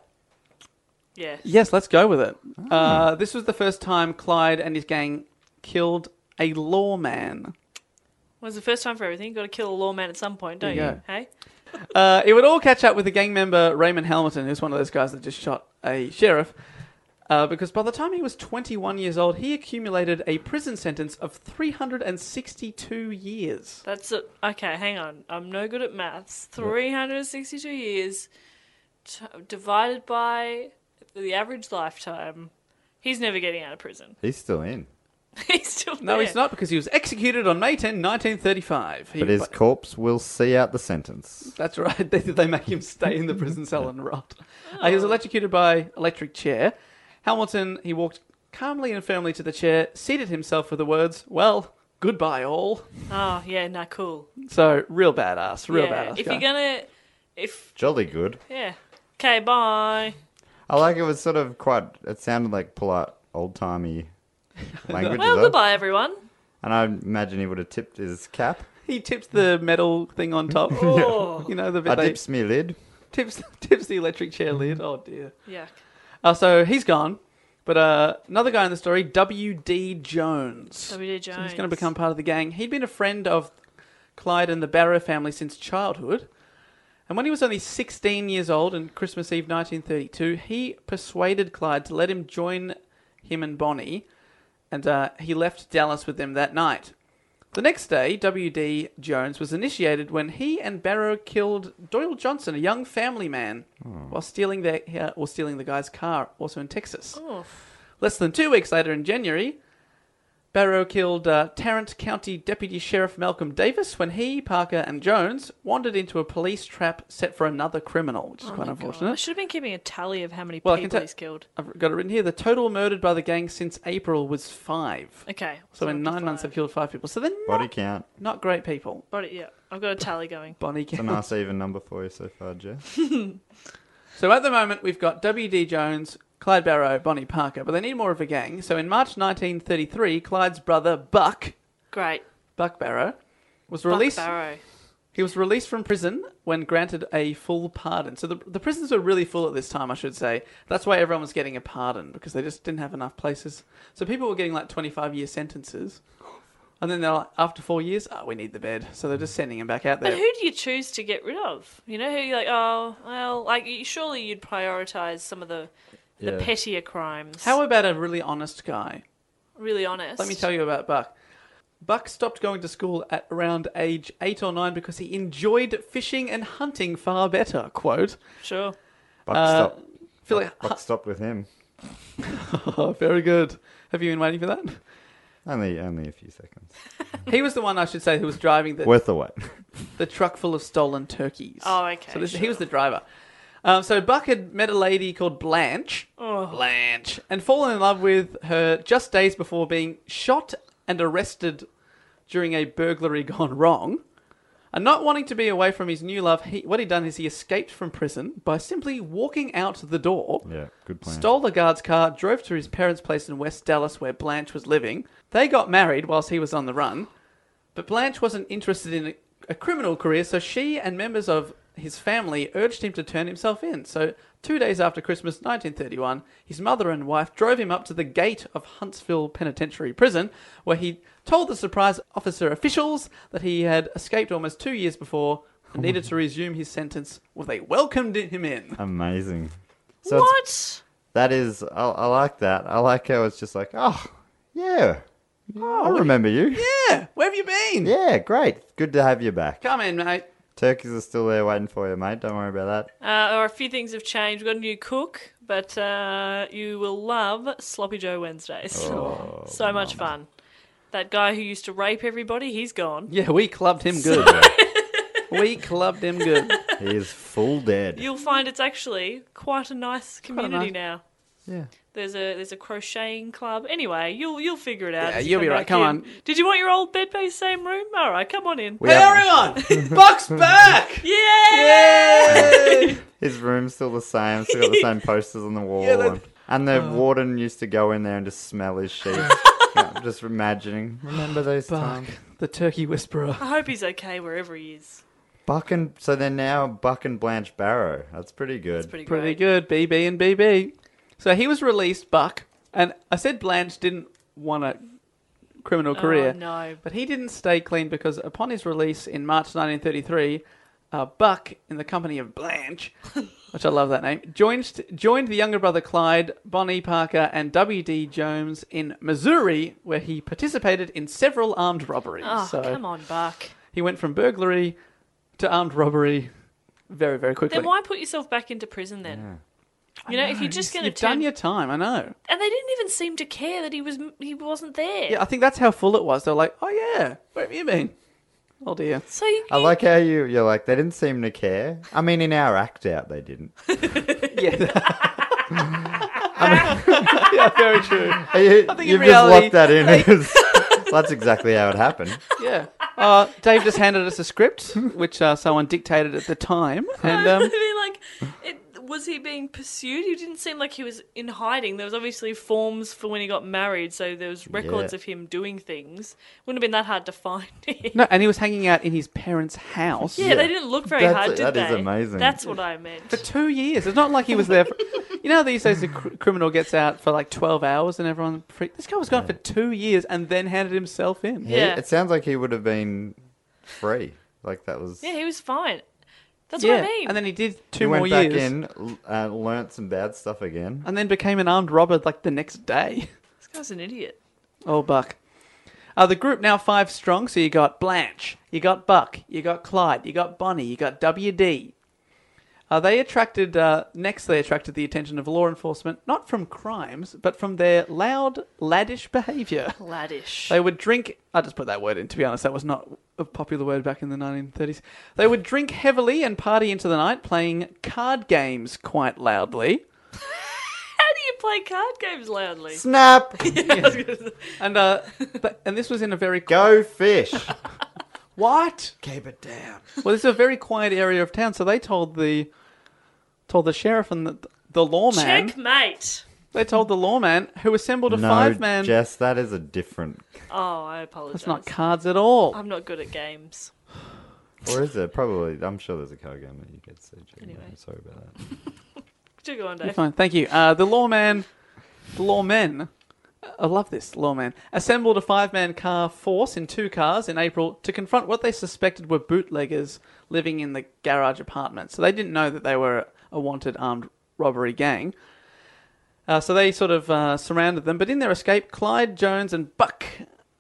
B: Yeah.
C: Yes, let's go with it.
A: Ah.
C: Uh, this was the first time Clyde and his gang killed a lawman.
B: Well, it's the first time for everything. you got to kill a lawman at some point, don't you?
C: Yeah.
B: Hey?
C: Uh, it would all catch up with the gang member Raymond Hamilton, who's one of those guys that just shot a sheriff. Uh, because by the time he was 21 years old, he accumulated a prison sentence of 362 years.
B: That's it. Okay, hang on. I'm no good at maths. 362 years t- divided by the average lifetime. He's never getting out of prison.
A: He's still in.
B: he's still
C: No,
B: there.
C: he's not, because he was executed on May 10, 1935. He-
A: But his corpse will see out the sentence.
C: That's right. They, they make him stay in the prison cell and rot. Uh,
B: Oh.
C: he was electrocuted by electric chair. Hamilton, he walked calmly and firmly to the chair, seated himself with the words, Well, goodbye, all.
B: Oh, yeah, nah, cool.
C: So, real badass, real
B: yeah.
C: badass.
B: If
C: guy.
B: you're going to. If.
A: Jolly good.
B: Yeah. Okay, bye.
A: I like it was sort of quite. It sounded like polite, old timey language.
B: Well,
A: as
B: goodbye, everyone.
A: And I imagine he would have tipped his cap.
C: He tips the metal thing on top.
B: Oh.
C: You know, the
A: I
C: bit they
A: dips me lid.
C: tips, tips the electric chair lid. Oh, dear.
B: Yuck.
C: Uh, so, he's gone. But uh, another guy in the story, W.D. Jones.
B: W.D.
C: So
B: Jones.
C: he's going to become part of the gang. He'd been a friend of Clyde and the Barrow family since childhood. And when he was only 16 years old on Christmas Eve 1932, he persuaded Clyde to let him join him and Bonnie, and uh, he left Dallas with them that night. The next day, W.D. Jones was initiated when he and Barrow killed Doyle Johnson, a young family man, while stealing their uh, or stealing the guy's car, also in Texas.
B: Oh.
C: Less than two weeks later, in January, Barrow killed uh, Tarrant County Deputy Sheriff Malcolm Davis when he, Parker, and Jones wandered into a police trap set for another criminal, which is quite
B: I
C: unfortunate.
B: should have been keeping a tally of how many
C: Well, I can
B: people
C: tell-
B: he's killed.
C: I've got it written here. The total murdered by the gang since April was five.
B: Okay.
C: So in
B: I'll do
C: nine months,
B: five.
C: they've killed five people. So they're
A: Body
C: not,
A: count.
C: not great people.
B: But yeah, I've got a tally going.
C: Bonnie
A: It's a
C: Kim.
A: nice even number for you so far, Jeff.
C: So at the moment, we've got W.D. Jones, Clyde Barrow, Bonnie Parker, but they need more of a gang. So in March 1933, Clyde's brother, Buck,
B: Great.
C: Buck Barrow, was
B: Buck
C: released.
B: Barrow.
C: He was released from prison when granted a full pardon. So the, the prisons were really full at this time, I should say. That's why everyone was getting a pardon because they just didn't have enough places. So people were getting like 25 year sentences. And then they're like, after four years, oh, we need the bed. So they're just sending him back out
B: But
C: there.
B: who do you choose to get rid of? You know, who you're like, oh, well, like, you- surely you'd prioritize some of the the
A: Yeah.
B: pettier crimes.
C: How about a really honest guy?
B: really honest.
C: Let me tell you about Buck. Buck stopped going to school at around age eight or nine because he enjoyed fishing and hunting far better. Quote.
B: Sure.
A: Buck,
C: Uh,
A: stopped.
C: Feel like,
A: Buck stopped with him.
C: oh, very good. Have you been waiting for that?
A: Only, only a few seconds.
C: He was the one I should say who was driving the,
A: Worth the wait.
C: the truck full of stolen turkeys.
B: Oh, okay,
C: So this, he
B: sure.
C: was the driver. Um, so Buck had met a lady called Blanche,
B: Oh.
C: Blanche, and fallen in love with her just days before being shot and arrested during a burglary gone wrong. And not wanting to be away from his new love, he, what he'd done is he escaped from prison by simply walking out the door.
A: Yeah, good plan.
C: Stole the guard's car, drove to his parents' place in West Dallas where Blanche was living. They got married whilst he was on the run, but Blanche wasn't interested in a, a criminal career, so she and members of his family urged him to turn himself in. So, two days after Christmas 1931, his mother and wife drove him up to the gate of Huntsville Penitentiary Prison, where he told the surprise officer officials that he had escaped almost two years before and needed to resume his sentence. Well, they welcomed him in.
A: Amazing. So it's-
B: what?
A: that is, I, I like that. I like how it's just like, oh, yeah, Oh, I remember you.
C: Yeah, where have you been?
A: Yeah, great. Good to have you back.
C: Come in, mate.
A: Turkeys are still there waiting for you, mate. Don't worry about that.
B: Uh, or a few things have changed. We've got a new cook, but uh, you will love Sloppy Joe Wednesdays.
C: Oh,
B: so much fun. That guy who used to rape everybody, he's gone.
C: Yeah, we clubbed him good. we clubbed him good.
A: He is full dead.
B: You'll find it's actually quite a nice
C: a
B: community
C: nice-
B: now.
C: Yeah.
B: There's a there's a crocheting club. Anyway, you'll you'll figure it out.
C: Yeah,
B: as you
C: you'll be
B: come
C: right.
B: back
C: Come
B: in.
C: on.
B: Did you want your old bed base same room? All right, come on in.
A: We
C: Hey,
A: have-
C: everyone! Buck's back!
B: Yeah.
C: Yay!
A: His room's still the same. Still got the same posters on the wall.
C: Yeah, that- Oh.
A: and, and the warden used to go in there and just smell his sheets. Yeah, I'm just imagining. Remember those
C: Buck,
A: times.
C: the turkey whisperer.
B: I hope he's okay wherever he is.
A: Buck and so they're now Buck and Blanche Barrow. That's pretty good.
B: It's pretty,
C: Pretty
B: great.
C: good, BB and BB. So he was released, Buck, and I said Blanche didn't want a criminal career.
B: Oh, no.
C: But he didn't stay clean because upon his release in March 1933, uh, Buck, in the company of Blanche, which I love that name, joined, joined the younger brother Clyde, Bonnie Parker, and W.D. Jones in Missouri, where he participated in several armed robberies.
B: Oh,
C: so
B: come on, Buck.
C: he went from burglary to armed robbery very, very quickly.
B: Then why put yourself back into prison then? You know, if you're just going to
C: You've
B: turn,
C: done your time, I know.
B: and they didn't even seem to care that he was he wasn't there.
C: Yeah, I think that's how full it was. They're like, oh, yeah, where have you been? Oh, dear.
B: So you,
A: I like how you you're like they didn't seem to care. I mean, in our act out, they didn't.
C: Yeah. yeah, very true.
A: You,
C: think in
A: you've just
C: reality,
A: locked that in. That's exactly how it happened.
C: Yeah. Uh, Dave just handed us a script, which uh, someone dictated at the time. And
B: I
C: um,
B: mean, like, it, was he being pursued? He didn't seem like he was in hiding. There was obviously forms for when he got married, so there was records
A: Yeah.
B: of him doing things. Wouldn't have been that hard to find. him.
C: no, and he was hanging out in his parents' house
B: yeah, they didn't look very
A: That's-
B: hard, did
A: that
B: they?
A: is amazing.
B: That's what I
C: for
B: meant.
C: two years. It's not like he was there for. You know, how these days the cr- criminal gets out for like 12 hours and everyone freaked. This guy was gone for two years and then handed himself in.
A: He-
B: Yeah.
A: it sounds like he would have been free. Like that was.
B: Yeah, he was fine. That's
C: Yeah,
B: what I mean.
C: And then he did
A: he
C: two
A: went
C: more
A: back
C: years.
A: in, l- uh, learnt some bad stuff again.
C: And then became an armed robber like the next day.
B: this guy's an idiot.
C: Oh, Buck. Uh, the group now five strong, so you got Blanche, you got Buck, you got Clyde, you got Bonnie, you got WD. Uh, they attracted, uh, next they attracted the attention of law enforcement, not from crimes, but from their loud, laddish behaviour.
B: Laddish.
C: They would drink, I just put that word in, to be honest, that was not a popular word back in the 1930s. They would drink heavily and party into the night, playing card games quite loudly.
B: How do you play card games loudly?
A: Snap!
C: And, uh, but, and this was in a very...
A: Go fish!
C: What?
A: Keep it down.
C: Well, this is a very quiet area of town, so they told the told the sheriff and the, the lawman.
B: Checkmate.
C: They told the lawman who assembled a
A: no,
C: five man.
A: Jess, that is a different.
B: Oh, I apologize.
C: That's not cards at all.
B: I'm not good at games.
A: Or is it? Probably. I'm sure there's a card game that you could see. Anyway.
B: Anyway.
A: Sorry about that.
B: Do go on,
C: You're
B: Dave.
C: fine, thank you. Uh, the lawman, the lawmen. I love this lawman assembled a five man car force in two cars in April to confront what they suspected were bootleggers living in the garage apartment. So they didn't know that they were a wanted armed robbery gang. Uh, so they sort of uh, surrounded them, but in their escape, Clyde Jones and Buck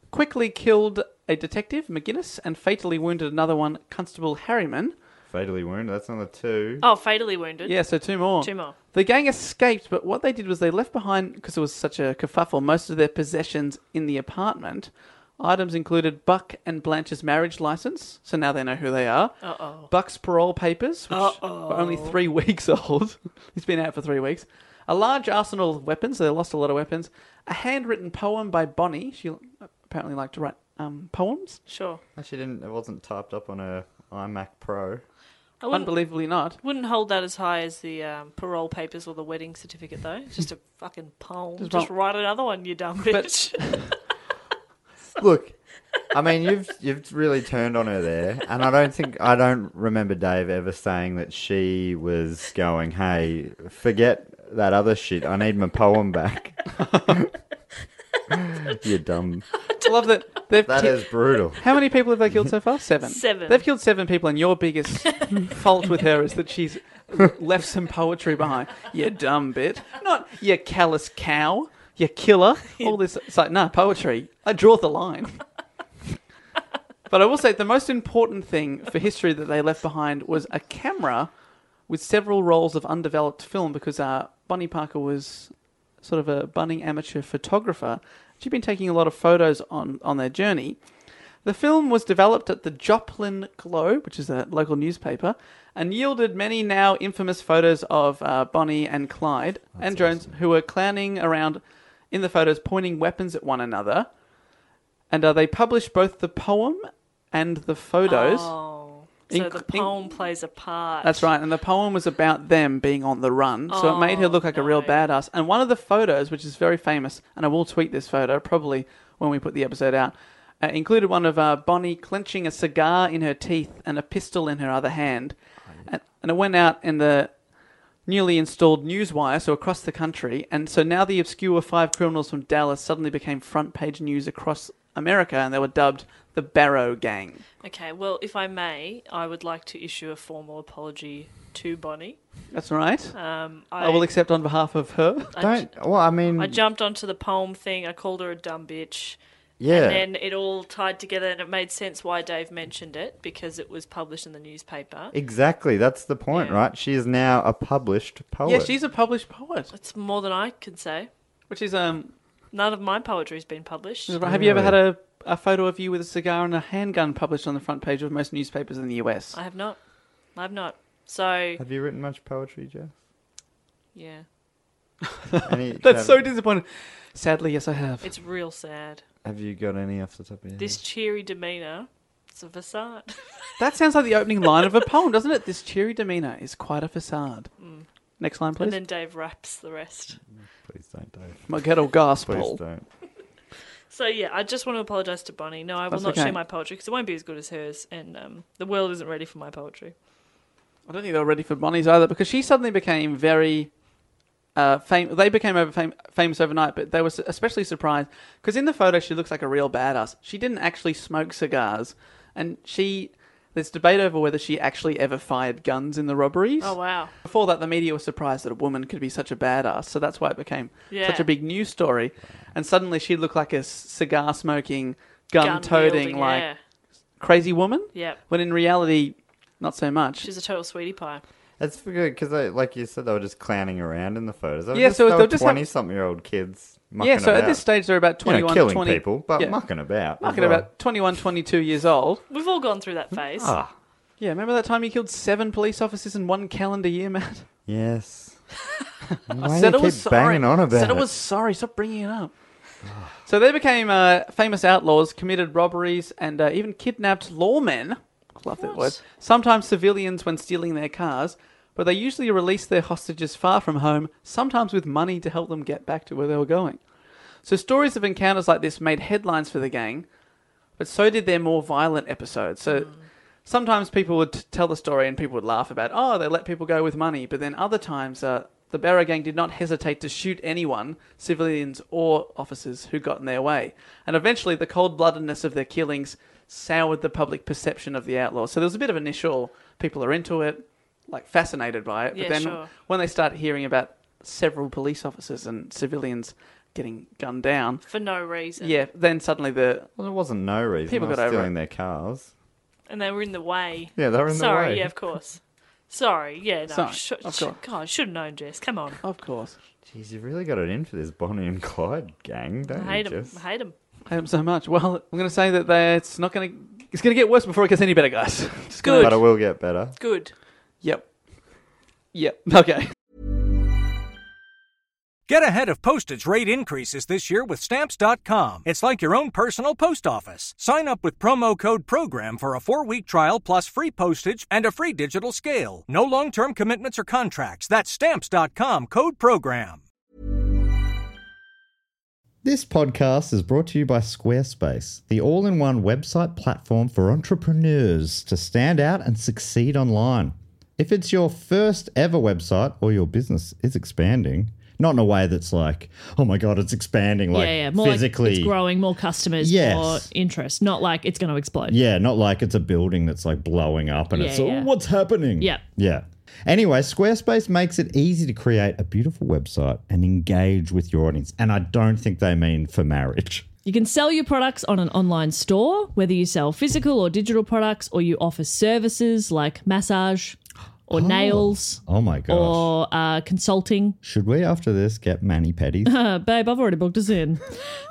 C: quickly killed a detective, McGinnis, and fatally wounded another one, Constable Harriman.
A: Fatally wounded. That's another two.
B: Oh, fatally wounded.
C: Yeah, so two more.
B: Two more.
C: The gang escaped, but what they did was they left behind, because it was such a kerfuffle, most of their possessions in the apartment. Items included Buck and Blanche's marriage license, so now they know who they are.
B: Uh oh.
C: Buck's parole papers, which were only three weeks old. He's been out for three weeks. A large arsenal of weapons, so they lost a lot of weapons. A handwritten poem by Bonnie. She apparently liked to write um, poems.
B: Sure.
A: She didn't. It wasn't typed up on her iMac Pro.
B: I wouldn't,
C: Unbelievably not.
B: wouldn't hold that as high as the um, parole papers or the wedding certificate, though. It's just a fucking poem. Just,
C: Just wrong-
B: write another one, you dumb
C: But-
B: bitch.
A: Look, I mean, you've you've really turned on her there, and I don't think I don't remember Dave ever saying that she was going. Hey, forget that other shit. I need my poem back. you dumb.
C: I love that. They've
A: That
C: ti-
A: is brutal.
C: How many people have they killed so far? Seven.
B: Seven.
C: They've killed seven people, and your biggest fault with her is that she's left some poetry behind. You dumb bit. Not you callous cow. You killer. All this. It's like, nah, poetry. I draw the line. But I will say the most important thing for history that they left behind was a camera with several rolls of undeveloped film because uh, Bunny Parker was sort of a budding amateur photographer. She'd been taking a lot of photos on, on their journey. The film was developed at the Joplin Globe, which is a local newspaper, and yielded many now infamous photos of uh, Bonnie and Clyde and Jones, who were clowning around in the photos, pointing weapons at one another. And uh, they published both the poem and the photos.
B: Oh, so
C: Inc-
B: the
C: inc-
B: poem plays a part.
C: That's right. And the poem was about them being on the run. so it made her
B: Oh,
C: look like a real
B: no.
C: badass. And one of the photos, which is very famous, and I will tweet this photo probably when we put the episode out, uh, included one of uh, Bonnie clenching a cigar in her teeth and a pistol in her other hand. And, and it went out in the newly installed newswire, so across the country. And so now the obscure five criminals from Dallas suddenly became front page news across America, and they were dubbed the Barrow Gang.
B: Okay, well, if I may, I would like to issue a formal apology to Bonnie.
C: That's right.
B: Um, I,
C: I will accept on behalf of her.
B: I-
A: Don't. Well, I mean,
B: I jumped onto the poem thing. I called her a dumb bitch.
A: yeah.
B: And then it all tied together and it made sense why Dave mentioned it because it was published in the newspaper.
A: Exactly. That's the point,
B: Yeah.
A: right? She is now a published poet.
C: Yeah, she's a published poet,
B: That's more than I can say.
C: which is um.
B: None of my poetry's been published.
C: Have you ever
A: Really?
C: had a, a photo of you with a cigar and a handgun published on the front page of most newspapers in the US?
B: I have not. I have not. So,
A: Have you written much poetry, Jess?
B: yeah,
A: Any,
C: That's
A: have,
C: so disappointing. Sadly, yes, I have.
B: it's real sad.
A: Have you got any off the top of your
B: This
A: head?
B: cheery demeanour, it's a facade.
C: That sounds like the opening line of a poem, doesn't it? This cheery demeanour is quite a facade. Next line,
B: Mm. and
C: please.
B: then Dave raps the rest.
A: Please don't, Dave.
C: My ghetto
A: Please
C: gospel.
A: don't.
B: So yeah, I just want to apologise to Bonnie. No, I will
C: That's
B: not
C: okay.
B: share my poetry because it won't be as good as hers, and um, the world isn't ready for my poetry.
C: I don't think they were ready for Bonnie's either because she suddenly became very uh, fam- They became over fam- famous overnight, but they were su- especially surprised because in the photo she looks like a real badass. She didn't actually smoke cigars, and she there's debate over whether she actually ever fired guns in the robberies.
B: Oh wow,
C: Before that, the media was surprised that a woman could be such a badass, so that's why it became
B: Yeah.
C: such a big news story. And suddenly she looked like a cigar smoking, gun toting,
B: Gun-wielding,
C: like
B: yeah.
C: crazy woman.
B: Yep.
C: When in reality, not so much.
B: she's a total sweetie pie.
A: That's because, like you said, they were just clowning around in the photos. They were
C: Yeah,
A: just,
C: so
A: they
C: they'll
A: were
C: just have-
A: twenty-something-year-old kids. Mucking
C: Yeah, so
A: about.
C: at this stage they're about
A: you
C: 21,
A: know, killing
C: 20,
A: people, but
C: yeah,
A: mucking about. as
C: mucking
A: well.
C: about 21, 22 years old.
B: We've all gone through that phase.
A: Ah,
C: Yeah, remember that time you killed seven police officers in one calendar year, Matt?
A: yes. Why
C: I
A: do
C: said
A: you
C: I was
A: keep
C: sorry.
A: banging on about
C: said I
A: it?
C: was sorry. Stop bringing it up. so they became uh, famous outlaws, committed robberies, and uh, even kidnapped lawmen. I love that
B: What?
C: word. Sometimes civilians when stealing their cars, but they usually released their hostages far from home, sometimes with money to help them get back to where they were going. So stories of encounters like this made headlines for the gang, but so did their more violent episodes. So sometimes people would t- tell the story and people would laugh about, oh, they let people go with money. But then other times, uh, the Barrow Gang did not hesitate to shoot anyone, civilians or officers, who got in their way. And eventually, the cold bloodedness of their killings soured the public perception of the outlaws. So there was a bit of initial people are into it, like fascinated by it. But
B: Yeah,
C: then
B: sure.
C: when they start hearing about several police officers and civilians getting gunned down,
B: for no reason.
C: yeah, then suddenly the
A: Well, there wasn't no reason.
C: People
A: They were
C: got over
A: stealing
C: it.
A: their cars.
B: and they were in the way.
A: Yeah, they were in
B: Sorry,
A: the way.
B: yeah, of course. Sorry, yeah, no,
C: Sorry,
B: sh-
C: of
B: sh-
C: course.
B: God, should have known, Jess. Come on,
C: of course
A: Jeez, you really got it in for this Bonnie and Clyde gang,
B: I
A: don't
B: hate
A: you,
B: him.
A: Jess?
B: I hate him.
C: I hate them so much. Well, I'm going to say that they- it's not going to it's going to get worse before it gets any better, guys. It's gonna-
A: But it will get better.
B: Good.
C: Yep. Yep. Okay.
D: Get ahead of postage rate increases this year with Stamps.com. It's like your own personal post office. Sign up with promo code PROGRAM for a four week trial plus free postage and a free digital scale. No long term commitments or contracts. That's Stamps.com code PROGRAM.
A: This podcast is brought to you by Squarespace, the all in one website platform for entrepreneurs to stand out and succeed online. If it's your first ever website or your business is expanding, not in a way that's like, oh my God, it's expanding, like
E: yeah, yeah, more
A: physically.
E: Like it's growing, more customers,
A: Yes.
E: more interest. Not like it's going to explode.
A: Yeah, not like it's a building that's like blowing up and
E: Yeah,
A: it's all
E: yeah.
A: what's happening.
E: Yeah.
A: Yeah. Anyway, Squarespace makes it easy to create a beautiful website and engage with your audience. And I don't think they mean for marriage.
E: You can sell your products on an online store, whether you sell physical or digital products, or you offer services like massage or nails
A: Oh my gosh.
E: or uh, consulting.
A: Should we after this get mani pedis?
E: Uh, babe, I've already booked us in.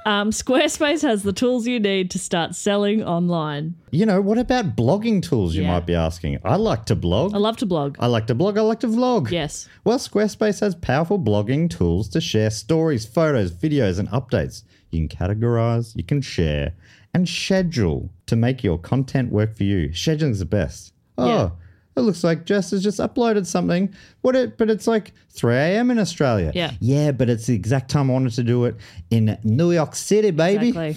E: um, Squarespace has the tools you need to start selling online.
A: you know, what about blogging tools? You
E: Yeah.
A: might be asking. I like to blog.
E: I love to blog.
A: I like to blog. I like to vlog.
E: Yes.
A: Well, Squarespace has powerful blogging tools to share stories, photos, videos, and updates. You can categorize, you can share, and schedule to make your content work for you. Scheduling's the best. Oh,
E: Yeah.
A: it looks like Jess has just uploaded something. What it? But it's like 3 a.m. in Australia.
E: Yeah.
A: Yeah, but it's the exact time I wanted to do it in New York City, baby.
E: Exactly.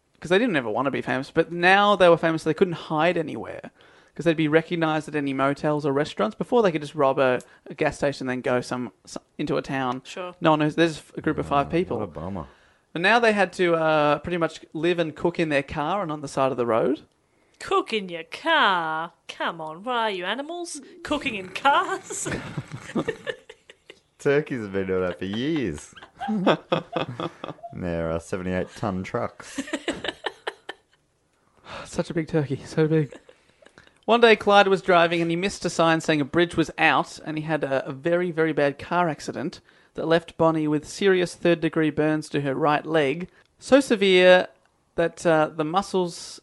C: because they didn't ever want to be famous. But now they were famous, so they couldn't hide anywhere because they'd be recognised at any motels or restaurants. Before they could just rob a, a gas station, then go some, some into a town.
B: Sure.
C: No one knows. There's a group of five people.
F: What a bummer.
C: But now they had to uh, pretty much live and cook in their car and on the side of the road.
B: Cook in your car. Come on, what are you, animals? Cooking in cars?
F: Turkeys have been doing that for years. there are 78 ton trucks.
C: Such a big turkey, so big. One day, Clyde was driving and he missed a sign saying a bridge was out, and he had a, a very, very bad car accident that left Bonnie with serious third degree burns to her right leg, so severe that uh, the muscles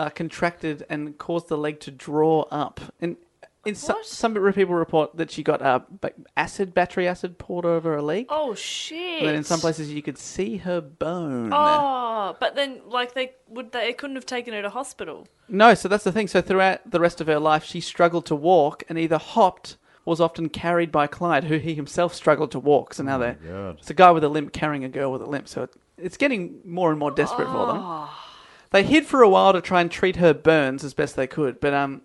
C: uh, contracted and caused the leg to draw up. And in so, some people report that she got uh, ba- acid, battery acid poured over her leg.
B: oh shit!
C: And then in some places you could see her bone.
B: Oh, but then like they would they, they couldn't have taken her to hospital.
C: No, so that's the thing. So throughout the rest of her life, she struggled to walk and either hopped or was often carried by Clyde, who he himself struggled to walk. So now they're it's a guy with a limp carrying a girl with a limp. So it, it's getting more and more desperate for them. They hid for a while to try and treat her burns as best they could, but um,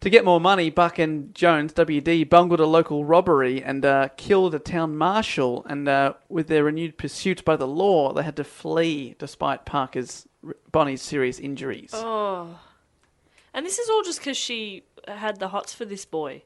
C: to get more money, Buck and Jones, WD, bungled a local robbery and uh, killed a town marshal. And uh, with their renewed pursuit by the law, they had to flee despite Parker's Bonnie's serious injuries.
B: And this is all just because she had the hots for this boy.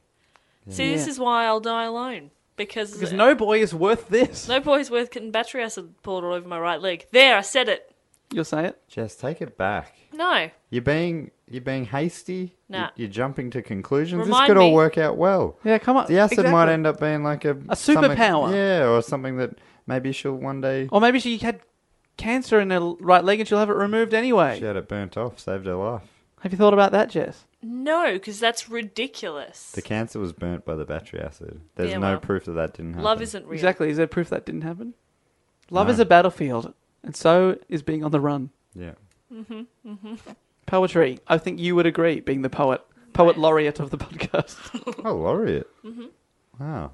B: See, this
C: Yeah.
B: is why I'll die alone because,
C: Because no boy is worth this.
B: no boy's worth getting battery acid poured all over my right leg. There, I said it.
C: You'll say it.
F: Jess, take it back.
B: No,
F: You're being you're being hasty.
B: Nah.
F: You- You're, jumping to conclusions.
B: Remind
F: this could all
B: me.
F: work out well.
C: Yeah, come on.
F: The acid
C: Exactly.
F: might end up being like a
C: A
F: something-
C: superpower.
F: Yeah, or something that maybe she'll one day
C: Or maybe she had cancer in her l- right leg and she'll have it removed anyway.
F: she had it burnt off, saved her life.
C: Have you thought about that, Jess?
B: no, because that's ridiculous.
F: The cancer was burnt by the battery acid. There's
B: Yeah,
F: no
B: well,
F: proof that that didn't happen.
B: Love isn't real.
C: Exactly. Is there proof that didn't happen? Love
F: No.
C: is a battlefield, and so is being on the run.
F: Yeah.
C: Poetry. I think you would agree, being the poet, poet laureate of the podcast.
F: Oh, laureate. Mm-hmm. Wow,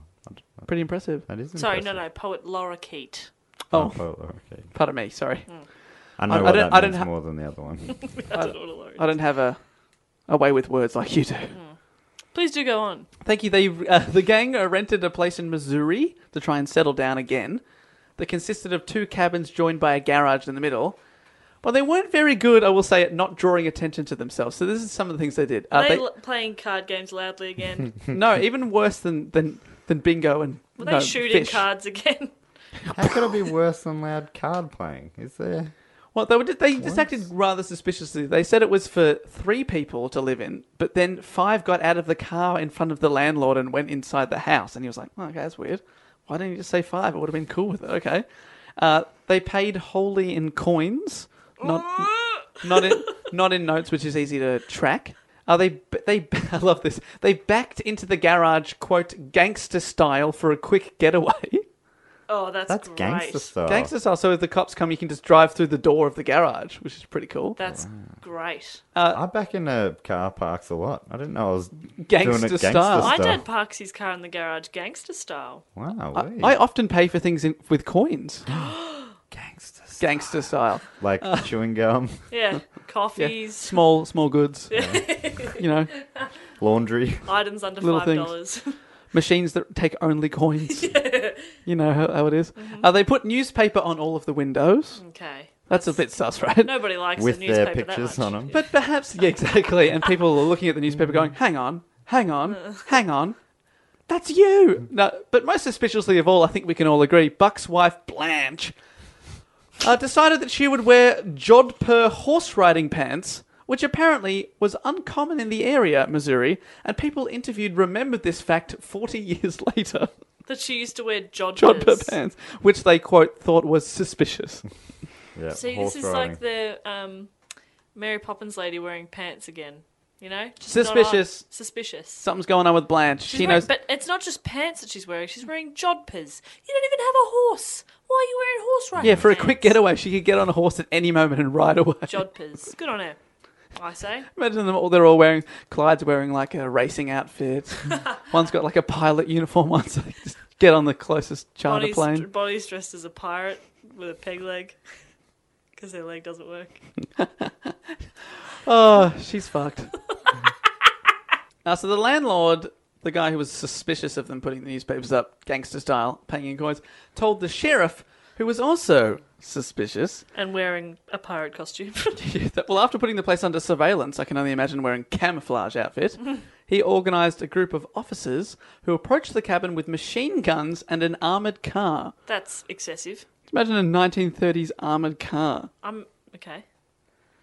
C: Pretty impressive.
F: that is.
B: Sorry, no,
F: impressive.
B: no, poet Laura Keat.
C: Oh,
F: Oh, okay.
C: pardon me. Sorry,
F: I know
C: I
F: what
C: don't-
F: that
C: I don't
F: means
C: ha-
F: more than the other one.
B: That's what all Laura-
C: I don't have a a way with words like you do.
B: Please do go on.
C: Thank you. They uh, the gang uh, rented a place in Missouri to try and settle down again. That consisted of two cabins joined by a garage in the middle. Well, they weren't very good, I will say, at not drawing attention to themselves. So this is some of the things they did. Uh,
B: Are they,
C: they-
B: l- playing card games loudly again?
C: no, even worse than than, than bingo and
B: Were they
C: no,
B: shooting
C: fish.
B: cards again?
F: How could it be worse than loud card playing? Is there?
C: Well, they were just, they just acted rather suspiciously. They said it was for three people to live in, but then five got out of the car in front of the landlord and went inside the house. And he was like, oh, "Okay, that's weird. Why didn't you just say five? It would have been cool with it." Okay, uh, they paid wholly in coins, not not in not in notes, which is easy to track. Uh, they they I love this. They backed into the garage, quote, gangster style for a quick getaway.
B: Oh, that's,
F: That's
B: great.
F: gangster style.
C: Gangster style. So if the cops come, you can just drive through the door of the garage, which is pretty cool.
B: That's great.
F: I back in the car parks a lot. I didn't know I was doing it
C: Gangster
F: gangster
C: style.
F: style.
B: My dad parks his car in the garage gangster style.
F: Wow,
C: I often pay for things in, with coins.
F: gangster
C: gangster style.
F: Like
C: uh.
F: chewing gum,
B: Yeah,
C: Yeah.
B: coffees,
C: Small, small goods. you know,
F: laundry.
B: items under
C: Little
B: five dollars.
C: machines that take only coins. You know how, how it is. Uh, they put newspaper on all of the windows.
B: okay,
C: Oh, That's a bit sus, right?
B: nobody likes
F: With
B: the
F: their
B: newspaper
F: pictures
B: that much.
F: on 'em.
C: But perhaps, yeah, exactly. And people are looking at the newspaper going, hang on, hang on, hang on. That's you. No, but most suspiciously of all, I think we can all agree, Buck's wife, Blanche, uh, decided that she would wear jodhpur horse riding pants, which apparently was uncommon in the area, Missouri, and people interviewed remembered this fact 40 years later.
B: that she used to wear jodhpurs.
C: Jodhpur pants, which they, quote, thought was suspicious.
F: Yeah,
B: See,
F: horse
B: this is
F: riding.
B: like the um, Mary Poppins lady wearing pants again. You know, Just not on.
C: Suspicious.
B: Suspicious.
C: Something's going on with Blanche.
B: She's
C: she
B: wearing-
C: knows.
B: but it's not just pants that she's wearing. She's wearing jodhpurs. You don't even have a horse. Why are you wearing horse riding?
C: Yeah, for a
B: pants?
C: quick getaway, she could get on a horse at any moment and ride away.
B: Jodhpurs. Good on her. I say.
C: Imagine them all, they're all wearing, Clyde's wearing like a racing outfit. one's got like a pilot uniform, one's like, just get on the closest charter
B: Bonnie's,
C: plane.
B: Bonnie's dressed as a pirate with a peg leg because her leg doesn't work.
C: Oh, she's fucked. now, so the landlord, the guy who was suspicious of them putting the newspapers up, gangster style, paying in coins, told the sheriff, who was also suspicious,
B: And wearing a pirate costume.
C: that, well, after putting the place under surveillance, I can only imagine wearing camouflage outfit. He organised a group of officers who approached the cabin with machine guns and an armoured car.
B: That's excessive.
C: Imagine a 1930s armoured car.
B: I'm okay.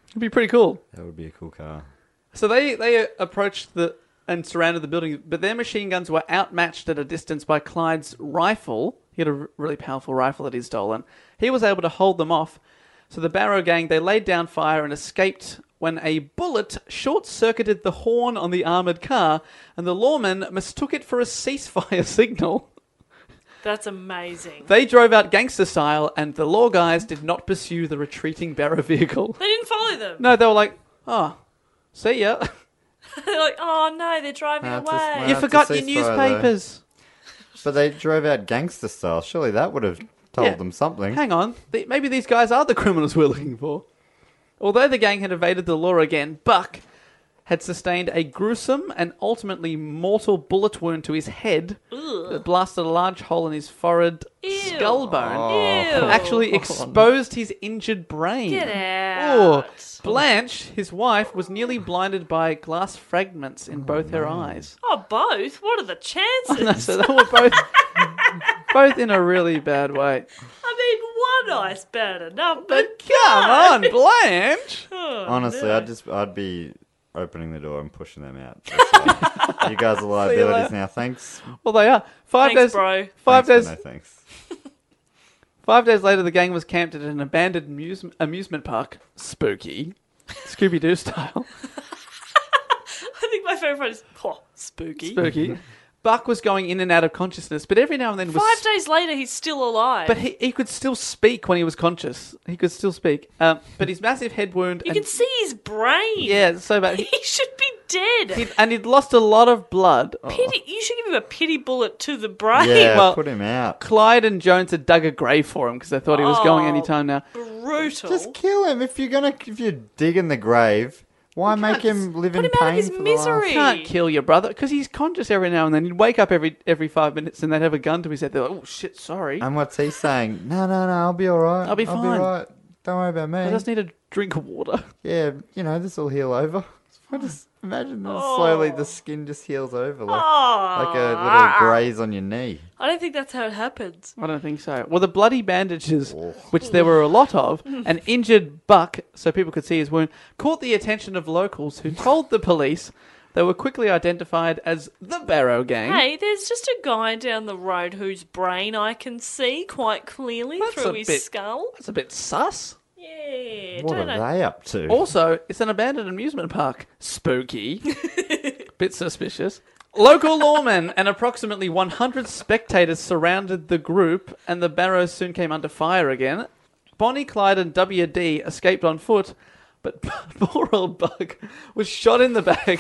C: It'd be pretty cool.
F: That would be a cool car.
C: So they, they approached the and surrounded the building, but their machine guns were outmatched at a distance by Clyde's rifle. He had a r- really powerful rifle that he'd stolen. He was able to hold them off. So the Barrow gang they laid down fire and escaped when a bullet short circuited the horn on the armored car, and the lawmen mistook it for a ceasefire signal.
B: That's amazing.
C: They drove out gangster style, and the law guys did not pursue the retreating Barrow vehicle.
B: They didn't follow them.
C: No, they were like, "Oh, see ya."
B: They're like, oh no, they're driving
F: That's a
B: away.
C: you
F: That's a
C: forgot your
F: ceasefire, though.
C: newspapers.
F: But they drove out gangster style. Surely that would have told
C: Yeah.
F: them
A: Hmm?
F: something.
C: Hang on, th- maybe these guys are the criminals we're looking for. Although the gang had evaded the law again, Buck had sustained a gruesome and ultimately mortal bullet wound to his head that blasted a large hole in his forehead skull bone
B: Ew.
C: and
F: Oh.
C: actually exposed his injured brain.
B: Get
C: Ooh.
B: out.
C: Blanche, his wife, was nearly blinded by glass fragments in both her eyes.
B: Oh, both? What are the chances?
C: No, so they were both both in a really bad way.
B: I mean, one eye's better than enough, but
C: But come on, Blanche.
B: Oh,
F: Honestly, I'd just I'd be opening the door and pushing them out. Just like, you guys are liabilities
C: later."
F: now. Thanks.
C: Well, they are five
B: Thanks,
C: days.
B: bro.
C: Five
F: thanks,
C: days.
F: but No thanks.
C: Five days later, the gang was camped at an abandoned amuse- amusement park. Spooky, Scooby Doo style.
B: I think my favourite part is, oh, spooky.
C: Spooky. Buck was going in and out of consciousness, but every now and then was.
B: Five days later, he's still alive.
C: but he, he could still speak when he was conscious. He could still speak. Um, but his massive head wound.
B: you
C: and,
B: can see his brain.
C: Yeah, it's so bad. He,
B: He should be dead.
C: he'd- and he'd lost a lot of blood.
B: pity. You should give him a pity bullet to the brain.
F: Yeah,
C: well-
F: put him out.
C: Clyde and Jones had dug a grave for him because they thought he was going any time now.
B: Brutal.
F: Just kill him if you're gonna if you're digging the grave. Why make him live
B: Put
F: in
B: him out
F: pain
B: of his
F: for the last-
B: misery.
C: can't kill your brother because he's conscious every now and then. He'd wake up every every five minutes and they'd have a gun to his head. They're like, oh shit, sorry.
F: And what's he saying? No, no, no. I'll be all right.
C: I'll be fine.
F: right. Don't worry about me.
C: I just need a drink of water.
F: yeah, you know this will heal over. I just imagine that slowly the skin just heals over like, like a little graze on your knee.
B: I don't think that's how it happens.
C: I don't think so. Well, the bloody bandages, which there were a lot of, an injured buck, so people could see his wound, caught the attention of locals who told the police they were quickly identified as the Barrow Gang.
B: Hey, there's just a guy down the road whose brain I can see quite clearly
C: That's
B: through
C: a
B: his
C: bit-
B: skull.
C: That's a bit sus.
B: Yeah,
F: What
B: don't know.
F: are they up to?
C: Also, it's an abandoned amusement park. Spooky. Bit suspicious. Local lawmen and approximately 100 spectators surrounded the group, and the barrows soon came under fire again. Bonnie, Clyde, and WD escaped on foot, but poor old Buck was shot in the back,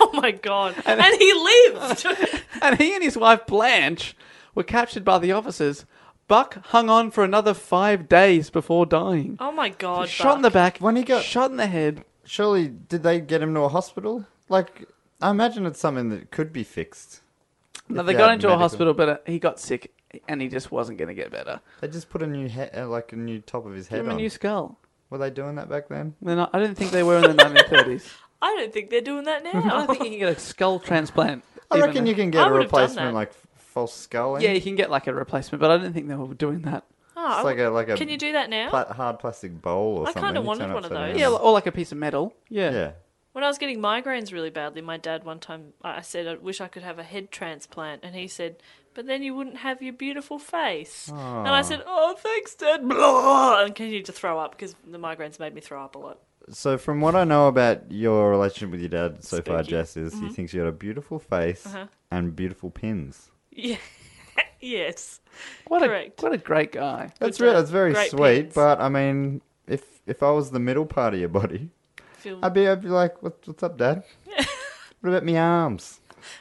B: Oh my god! And, he lived.
C: and he and his wife Blanche were captured by the officers. Buck hung on for another five days before dying.
B: Oh my god.
C: shot in the
B: Buck.
C: back.
A: When he got-
C: shot in the head.
A: Surely, did they get him to a hospital? Like, I imagine it's something that could be fixed.
C: No,
A: If
C: they
A: they
C: got
A: had
C: into a
A: medical-
C: hospital, but uh, he got sick, and he just wasn't going to get better.
A: They just put a new head, uh, like a new top of his head
C: Give him a
A: on.
C: new skull.
A: Were they doing that back then?
C: They're not, I don't think they were in the 1930s.
B: I don't think they're doing that now.
C: I don't think you can get a skull transplant.
A: I
C: even
A: reckon
C: if-
A: you can get
B: I
A: a
B: would've done
A: replacement,
B: that.
A: like f- false skull. in.
C: Yeah, you can get like a replacement, but I didn't think they were doing that.
B: Oh, I-
A: It's like a like a.
B: can you do that now?
A: pla- hard plastic bowl or
B: I
A: something?
B: kinda
A: you
B: wanted
A: turn
B: one of
A: upside
B: those.
A: down.
C: Yeah, or like a piece of metal. Yeah.
A: yeah.
B: When I was getting migraines really badly, my dad one time I I said I wish I could have a head transplant, and he said, "But then you wouldn't have your beautiful face." And I said, "Oh, thanks, Dad." Blah, and continued to throw up because the migraines made me throw up a lot.
A: So from what I know about your relationship with your dad so far,
B: Spooky. Uh-huh.
A: Jess is
C: Mm-hmm.
A: he thinks you got a beautiful face and beautiful pins.
B: Yeah. yes.
C: What a
B: Correct.
C: what a great guy.
A: That's
B: Good
A: real.
B: dad.
A: That's very
B: Great
A: sweet.
B: pins.
A: But I mean, if if I was the middle part of your body,
B: Feel...
A: I'd be I'd be like, what, what's up, Dad? what about me arms?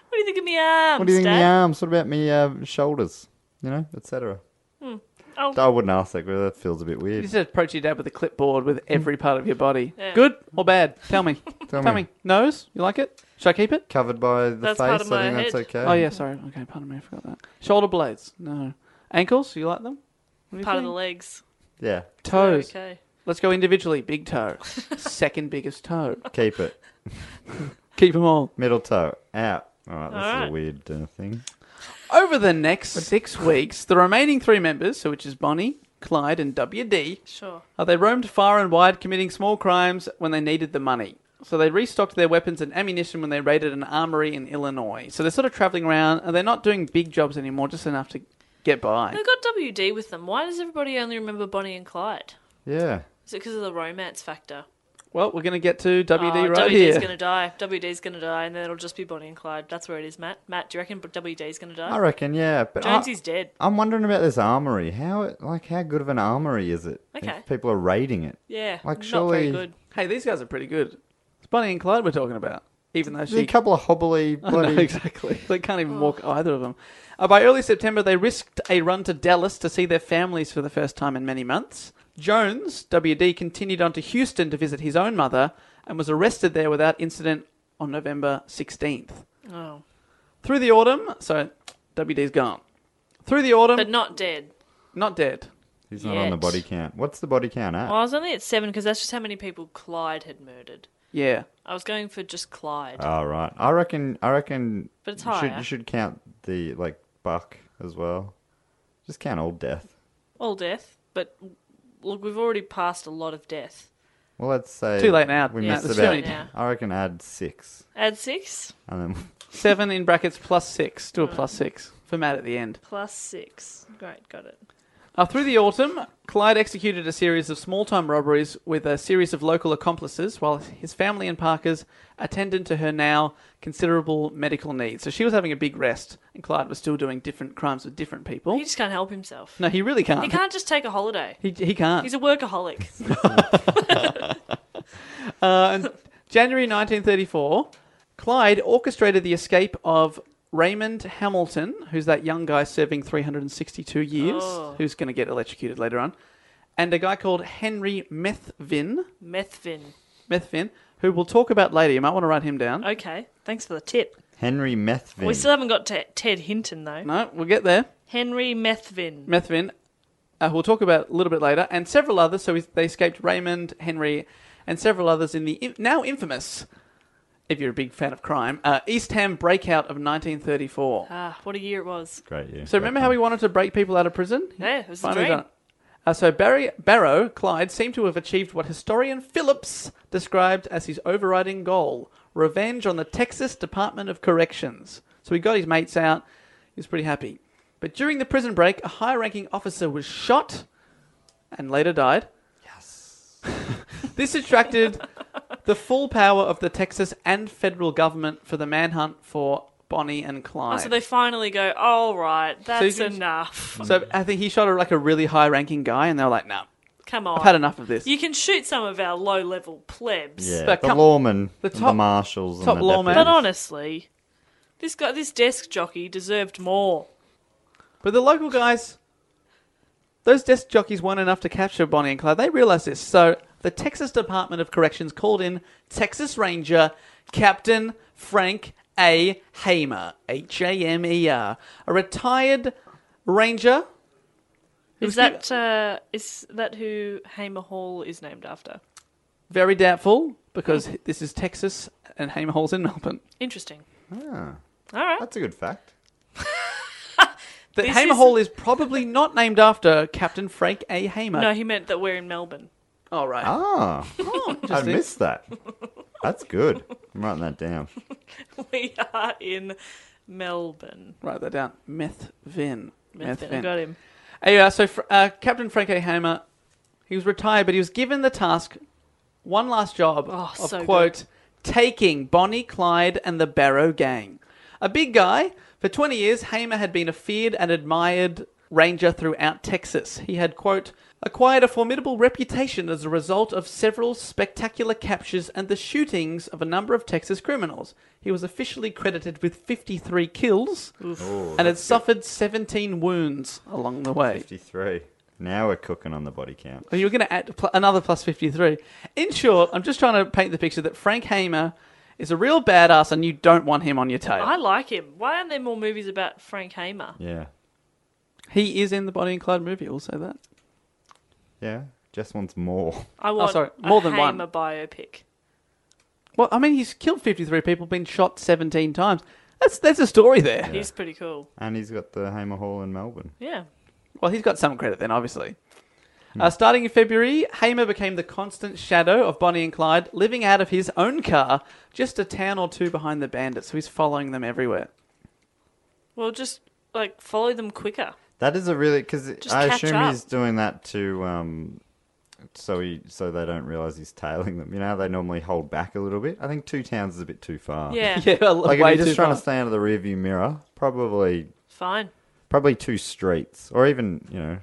B: What do you think of me arms,
A: What do you think of
B: Dad?
A: me arms? What about me uh, shoulders? You know, etc.
B: Oh.
A: I wouldn't ask that. 'cause That feels a bit
C: You
A: weird.
C: just approach your dad with a clipboard with every part of your body.
B: Yeah.
C: Good or bad? Tell me.
A: Mm. Tell
C: Tell
A: me.
C: me. Nose? You like it? Should I keep it?
A: Covered by the
B: That's
A: face.
B: part
A: I
B: of
A: think
B: my
A: that's
B: head.
A: okay.
C: Oh yeah, sorry. Okay, pardon me, I forgot that. Shoulder blades? No. Ankles? You like them? What do you
B: Part of the
C: think?
B: legs.
A: Yeah.
C: Toes.
B: Okay.
C: Let's go individually. Big toe. Second biggest toe.
A: Keep it.
C: Keep them all.
A: Middle toe out. All right. This is
B: right.
A: a weird uh, thing.
C: Over the next six weeks, the remaining three members, so which is Bonnie, Clyde, and WD,
B: Sure.
C: uh, they roamed far and wide committing small crimes when they needed the money. So they restocked their weapons and ammunition when they raided an armory in Illinois. So they're sort of traveling around and they're not doing big jobs anymore, just enough to get by.
B: They've got WD with them. Why does everybody only remember Bonnie and Clyde?
A: Yeah.
B: Is it because of the romance factor?
C: Well, we're going to get to WD
B: Oh, WD's
C: right here.
B: gonna die. WD's gonna die, and then it'll just be Bonnie and Clyde. That's where it is, Matt. Matt, do you reckon WD's gonna die?
A: I reckon. Yeah. But I,
B: Jonesy's dead.
A: I'm wondering about this armory. How like how good of an armory is it? if
B: Okay.
A: people are raiding it.
B: Yeah,
A: Like,
B: not
A: surely-
B: very good.
C: Hey, these guys are pretty good. It's Bonnie and Clyde we're talking about, even though
A: There's a
C: she
A: couple of hobbly
C: I know,
A: bloody.
C: exactly. They can't even walk either of them. Uh, by early September, they risked a run to Dallas to see their families for the first time in many months. Jones, WD, continued on to Houston to visit his own mother and was arrested there without incident on November 16th.
B: Oh,
C: Through the autumn, so WD's gone. Through the autumn,
B: but not dead.
C: not dead.
A: He's not on the
B: Yet.
A: body count. What's the body count at?
B: Well, I was only at seven because that's just how many people Clyde had murdered.
C: Yeah.
B: I was going for just Clyde.
A: Oh right. I reckon. I reckon.
B: But it's
A: you should,
B: higher.
A: you should count the like buck as well. Just count all death.
B: All death, but look, we've already passed a lot of death.
A: Well, let's say
C: Too late now.
A: We
C: Yeah,
A: missed
C: it's too
A: about.
C: late
B: now.
A: I reckon add six,
B: Add six
A: and then
C: Seven in brackets plus six. Do a plus six for Matt at the end.
B: plus six. Great, got it.
C: Uh, through the autumn, Clyde executed a series of small time robberies with a series of local accomplices while his family and Parker's attended to her now considerable medical needs. So she was having a big rest, and Clyde was still doing different crimes with different people.
B: He just can't help himself.
C: no, he really can't.
B: He can't just take a holiday.
C: He, he can't.
B: He's a workaholic.
C: Uh, and January 1934, Clyde orchestrated the escape of Raymond Hamilton, who's that young guy serving 362 years,
B: Oh.
C: who's going to get electrocuted later on, and a guy called Henry Methvin.
B: Methvin.
C: Methvin, who we'll talk about later. You might want to write him down.
B: Okay, thanks for the tip.
A: Henry Methvin.
B: We still haven't got to Ted Hinton though.
C: No, we'll get there.
B: Henry Methvin.
C: Methvin, uh, who we'll talk about a little bit later, and several others. So he's- they escaped Raymond, Henry, and several others in the in- now infamous, if you're a big fan of crime, uh, East Ham breakout of 1934.
B: Ah, what a year it was.
A: Great. Yeah.
C: So remember how we wanted to break people out of prison?
B: Yeah, it was a
C: Finally
B: dream.
C: done it. Uh, so Barry Barrow Clyde seemed to have achieved what historian Phillips described as his overriding goal: revenge on the Texas Department of Corrections. So he got his mates out. He was pretty happy. But during the prison break, a high-ranking officer was shot and later died. Yes. this attracted the full power of the Texas and federal government for the manhunt for Bonnie and Clyde.
B: Oh, so they finally go, all right, that's
C: you can-
B: enough.
C: So I think he shot a, like a really high ranking guy, and they were like, "No,
B: Come on.
C: I've had enough of this."
B: You can shoot some of our low level plebs.
A: Yeah,
C: But
A: the
C: come-
A: lawmen, the,
C: top-
A: marshals, and
C: top
A: the
C: lawman.
B: But
A: deputies.
B: honestly, this guy, this desk jockey deserved more.
C: But the local guys Those desk jockeys weren't enough to capture Bonnie and Clyde. They realized this, so the Texas Department of Corrections called in Texas Ranger Captain Frank A. Hamer, H A M E R, a retired ranger.
B: Is that uh, is that who Hamer Hall is named after?
C: Very doubtful because
B: Oh.
C: this is Texas and Hamer Hall's in Melbourne.
B: Interesting.
A: Ah,
B: All right.
A: that's a good fact.
C: That
B: This
C: Hamer
B: is-
C: Hall is probably not named after Captain Frank A. Hamer.
B: No, he meant that we're in Melbourne.
C: All right.
A: Ah, I
C: Interesting.
A: missed that. That's good. I'm writing that down.
B: We are in Melbourne.
C: Write that down. Meth Vin. Meth
B: I got him.
C: Anyway, so fr- uh, Captain Frank A. Hamer, he was retired, but he was given the task, one last job
B: Oh,
C: of
B: so
C: quote taking Bonnie Clyde and the Barrow Gang. A big guy for twenty years, Hamer had been a feared and admired ranger throughout Texas. He had quote acquired a formidable reputation as a result of several spectacular captures and the shootings of a number of Texas criminals. He was officially credited with fifty-three kills and had suffered seventeen wounds along the way.
A: 53. Now we're cooking on the body count.
C: Well, you were going to add pl- another plus 53. In short, I'm just trying to paint the picture that Frank Hamer is a real badass and you don't want him on your tail.
B: I like him. Why aren't there more movies about Frank Hamer?
A: Yeah.
C: He is in the Bonnie and Clyde movie, we'll say that.
A: Yeah. Just wants Oh, more.
B: I want
C: sorry, more
B: a
C: than one.
B: Hamer biopic.
C: Well, I mean, he's killed 53 people, been shot 17 times. That's, there's a story there.
B: He's pretty cool.
A: And he's got the Hamer Hall in Melbourne.
B: Yeah.
C: Well, he's got some credit then, obviously.
A: Hmm.
C: Uh, starting in February, Hamer became the constant shadow of Bonnie and Clyde, living out of his own car, just a town or two behind the bandits, so he's following them everywhere.
B: Well, just like follow them quicker.
A: That is a really because
B: Just
A: I
B: catch
A: assume
B: up.
A: he's doing that to um, so he so they don't realize he's tailing them. You know, how they normally hold back a little bit. I think two towns is a bit too far.
B: Yeah.
C: Yeah, well,
A: like if
C: way
A: you're
C: too
A: just trying
C: far.
A: to stay out of the rearview mirror, probably
B: Fine.
A: probably two streets or even you know,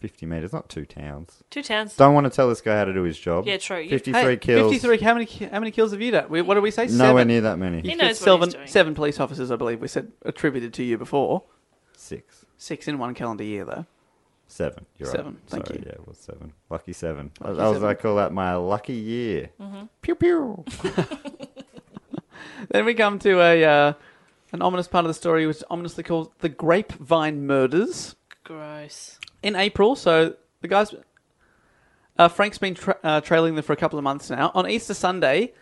A: fifty meters, not two towns.
B: Two towns.
A: Don't want to tell this guy how to do his job.
B: Yeah, true. You-
A: Fifty-three
C: Hey,
A: kills.
C: 53. How many? How many kills have you done? We, what did we say?
A: Nowhere
C: seven.
A: near that many.
B: He
C: It's
B: knows what
C: seven,
B: he's doing.
C: seven police officers, I believe we said attributed to you before.
A: Six,
C: Six in one calendar year, though.
A: seven. You're
C: Seven,
A: right.
C: thank
A: Sorry,
C: you.
A: Yeah, it was seven. Lucky seven. I-
C: Lucky
A: I, was,
C: seven.
A: I call that my lucky year.
B: Mm-hmm.
A: Pew pew.
C: Then we come to a uh, an ominous part of the story, which is ominously called the Grapevine Murders
B: Gross.
C: in April. So the guys, uh, Frank's been tra- uh, trailing them for a couple of months now. On Easter Sunday,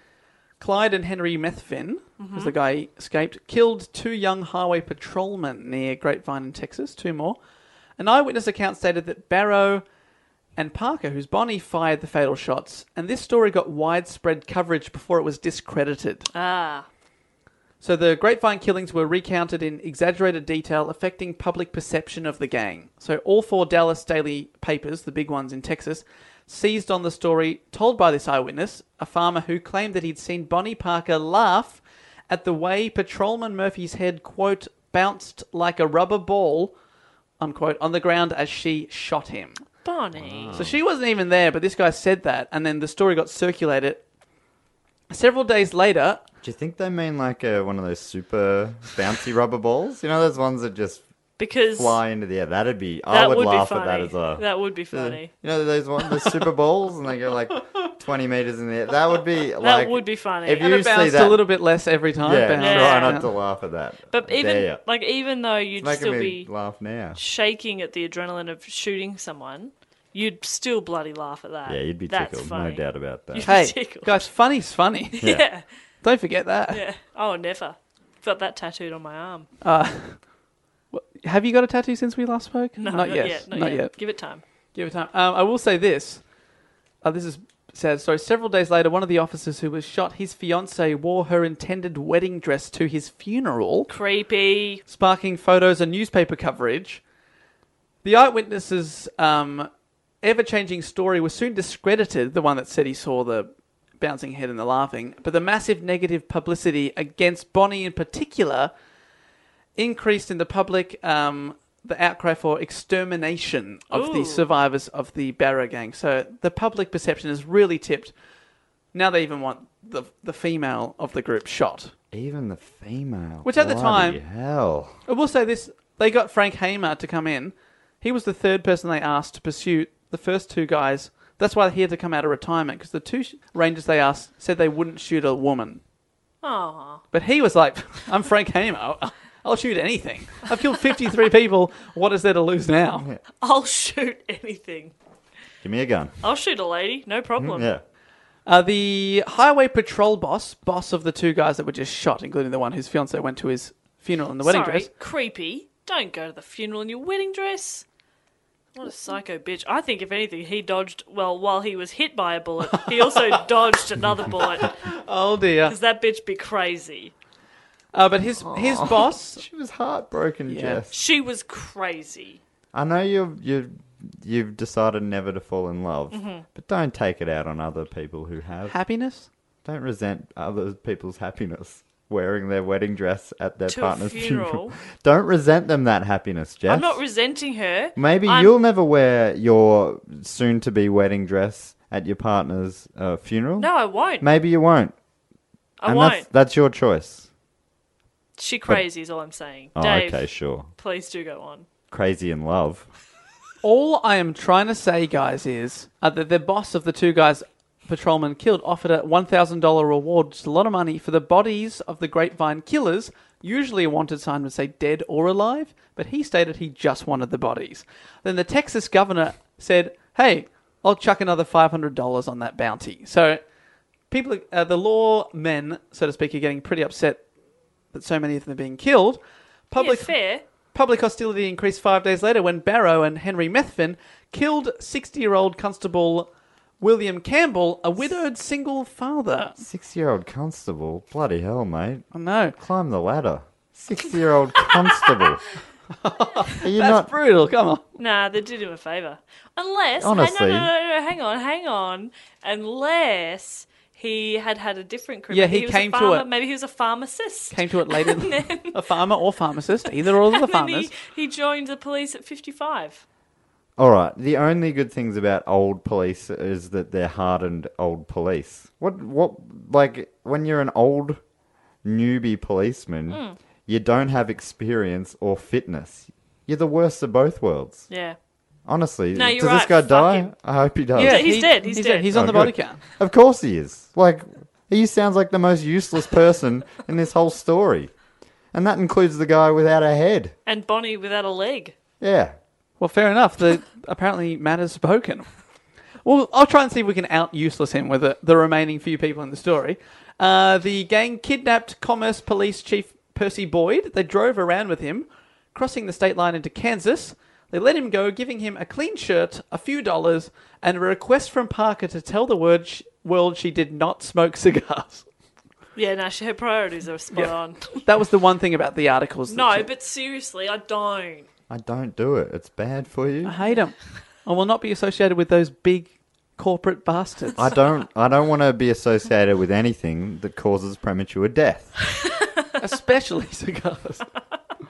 C: Clyde and Henry Methvin, as the guy escaped, killed two young highway patrolmen near Grapevine in Texas, two more. An eyewitness account stated that Barrow and Parker, whose Bonnie fired the fatal shots, and this story got widespread coverage before it was discredited.
B: Ah.
C: So the grapevine killings were recounted in exaggerated detail, affecting public perception of the gang. So all four Dallas daily papers, the big ones in Texas, seized on the story told by this eyewitness, a farmer who claimed that he'd seen Bonnie Parker laugh at the way patrolman Murphy's head, quote, bounced like a rubber ball, unquote, on the ground as she shot him.
B: Bonnie.
C: So she wasn't even there, but this guy said that, and then the story got circulated. Several days later,
A: Do you think they mean like uh one of those super bouncy rubber balls? You know those ones that just
B: Because
A: fly into the air. That'd be. I
B: that
A: would,
B: would, be
A: laugh
B: funny.
A: at that as well.
B: That would be
A: Uh,
B: funny.
A: You know those ones, those super balls, and they go like twenty meters in the air. That would be.
B: That
A: Like,
B: would be funny.
A: if
C: And
A: you
C: it
A: see
C: bounced
A: that-
C: a little bit less every time.
A: Yeah,
C: bounced.
A: try
B: Yeah.
A: not to laugh at that.
B: but even
A: Dare ya.
B: like even though you'd
A: It's making
B: still
A: me
B: be
A: laugh now.
B: shaking at the adrenaline of shooting someone, you'd still bloody laugh at that.
A: Yeah, you'd be
B: That's
A: tickled,
B: funny.
A: no doubt about that.
B: You'd-
C: Hey,
B: Tickled.
C: guys, funny's funny.
B: Yeah.
C: Don't forget that.
B: Yeah. Oh, never. Got that tattooed on my arm.
C: Have you got a tattoo since we last spoke?
B: No,
C: not, yet.
B: Not, yet. Give it time.
C: Give it time. Um, I will say this. Uh, this is sad. Sorry. Several days later, one of the officers who was shot, his fiancee wore her intended wedding dress to his funeral,
B: Creepy.
C: sparking photos and newspaper coverage. The eyewitness's um, ever changing story was soon discredited, the one that said he saw the bouncing head and the laughing, but the massive negative publicity against Bonnie in particular increased in the public um, the outcry for extermination of
B: Ooh.
C: the survivors of the Barra gang. So the public perception is really tipped. Now they even want the, the female of the group shot.
A: Even the female.
C: Which at the
A: bloody
C: time-
A: hell.
C: I will say this: they got Frank Hamer to come in. He was the third person they asked to pursue the first two guys. That's why he had to come out of retirement because the two sh- rangers they asked said they wouldn't shoot a woman.
B: Aw.
C: But he was like, "I'm Frank Hamer. I'll, I'll shoot anything. I've killed 53 people. What is there to lose now?"
B: I'll shoot anything.
A: Give me a gun.
B: I'll shoot a lady, no problem.
A: Mm, Yeah.
C: Uh, the highway patrol boss, boss of the two guys that were just shot, including the one whose fiance went to his funeral in the wedding
B: Sorry,
C: dress.
B: creepy. Don't go to the funeral in your wedding dress. What a psycho bitch. I think, if anything, he dodged, well, while he was hit by a bullet, he also dodged another bullet.
C: Oh dear.
B: Because that bitch be crazy.
C: Uh, but his his boss,
A: She was heartbroken,
C: Yeah.
A: Jess.
B: She was crazy.
A: I know you've you you've decided never to fall in love,
B: Mm-hmm.
A: but don't take it out on other people who have.
C: happiness.
A: don't resent other people's happiness wearing their wedding dress at their
B: To a
A: partner's funeral.
B: funeral.
A: Don't resent them that happiness, Jess.
B: I'm not resenting her.
A: Maybe
B: I'm-
A: you'll never wear your soon-to-be wedding dress at your partner's uh, funeral.
B: No, I won't.
A: Maybe you won't.
B: I
A: and
B: won't.
A: That's, that's your choice.
B: She crazy is all I'm saying.
A: Oh,
B: Dave,
A: okay, sure.
B: please do go on.
A: Crazy in love.
C: All I am trying to say, guys, is uh, that the boss of the two guys patrolman killed offered a $1,000 reward, which is a lot of money, for the bodies of the grapevine killers. Usually a wanted sign would say dead or alive, but he stated he just wanted the bodies. Then the Texas governor said, hey, I'll chuck another $500 on that bounty. So people, uh, the law men, so to speak, are getting pretty upset that so many of them are being killed. Public
B: yeah, fair.
C: Public hostility increased five days later when Barrow and Henry Methvin killed 60 year old Constable William Campbell, a widowed single father.
A: Six-year-old constable. Bloody hell, mate.
C: I know.
A: Climb the ladder. Six-year-old constable. Are you
C: That's
A: not
C: brutal. Come on.
B: Nah, they did him a favour. Unless,
A: Honestly.
B: no, no, no, no, hang on, hang on. Unless he had had a different career.
C: Yeah,
B: Maybe
C: he
B: was a
C: came to
B: farmer-
C: it.
B: Maybe he was a pharmacist.
C: Came to it later. a farmer or pharmacist, either or the
B: and then
C: farmers.
B: he, he joined the police at 55.
A: All right. The only good things about old police is that they're hardened old police. What what like when you're an old newbie policeman, you don't have experience or fitness. You're the worst of both worlds.
B: Yeah.
A: Honestly,
B: No, you're
A: does this
B: right,
A: guy
B: fuck
A: die?
B: him.
A: I hope he does.
B: Yeah, he's dead, he's dead.
C: He's on
A: Oh,
C: the body
A: good.
C: count.
A: Of course he is. Like he sounds like the most useless person in this whole story. And that includes the guy without a head.
B: And Bonnie without a leg.
A: Yeah.
C: Well, fair enough. The apparently matters spoken. Well, I'll try and see if we can out useless him with the, the remaining few people in the story. Uh, the gang kidnapped Commerce Police Chief Percy Boyd. They drove around with him, crossing the state line into Kansas. They let him go, giving him a clean shirt, a few dollars, and a request from Parker to tell the word sh- world she did not smoke cigars.
B: Yeah, no, she- her priorities are spot
C: Yeah.
B: on.
C: That was the one thing about the articles. that
B: no,
C: she-
B: but seriously, I don't.
A: I don't do it. It's bad for you.
C: I hate him. I will not be associated with those big corporate bastards.
A: I don't. I don't want to be associated with anything that causes premature death.
C: especially cigars. well,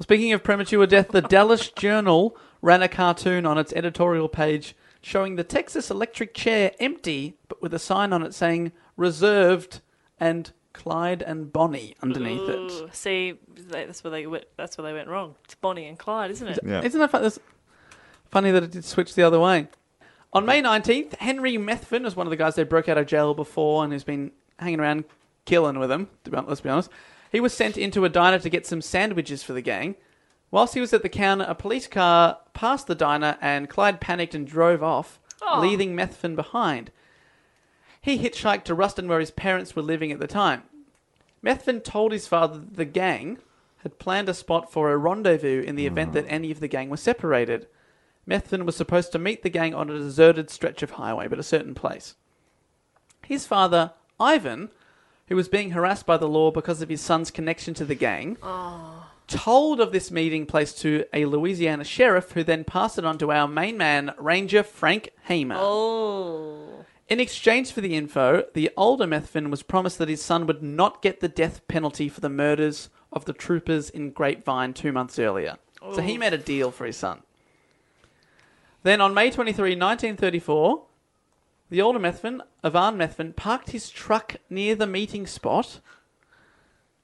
C: speaking of premature death, the Dallas Journal ran a cartoon on its editorial page showing the Texas electric chair empty, but with a sign on it saying "reserved" and Clyde and Bonnie underneath
B: Ooh, see, they- that's where they went, that's where they went wrong. It's Bonnie and Clyde, isn't it?
A: Yeah.
C: it. Isn't that funny? funny that it did switch the other way? On May 19th, Henry Methvin was one of the guys they broke out of jail before and who's been hanging around killing with them, to be- let's be honest. He was sent into a diner to get some sandwiches for the gang. Whilst he was at the counter, a police car passed the diner and Clyde panicked and drove off, leaving Methvin behind. He hitchhiked to Ruston where his parents were living at the time. Methvin told his father that the gang had planned a spot for a rendezvous in the event that any of the gang were separated. Methvin was supposed to meet the gang on a deserted stretch of highway, but a certain place. His father, Ivan, who was being harassed by the law because of his son's connection to the gang, told of this meeting place to a Louisiana sheriff who then passed it on to our main man, Ranger Frank Hamer.
B: Oh.
C: In exchange for the info, the older Methvin was promised that his son would not get the death penalty for the murders of the troopers in Grapevine two months earlier. So he made a deal for his son. Then on May 23, 1934, the older Methvin, Ivan Methvin, parked his truck near the meeting spot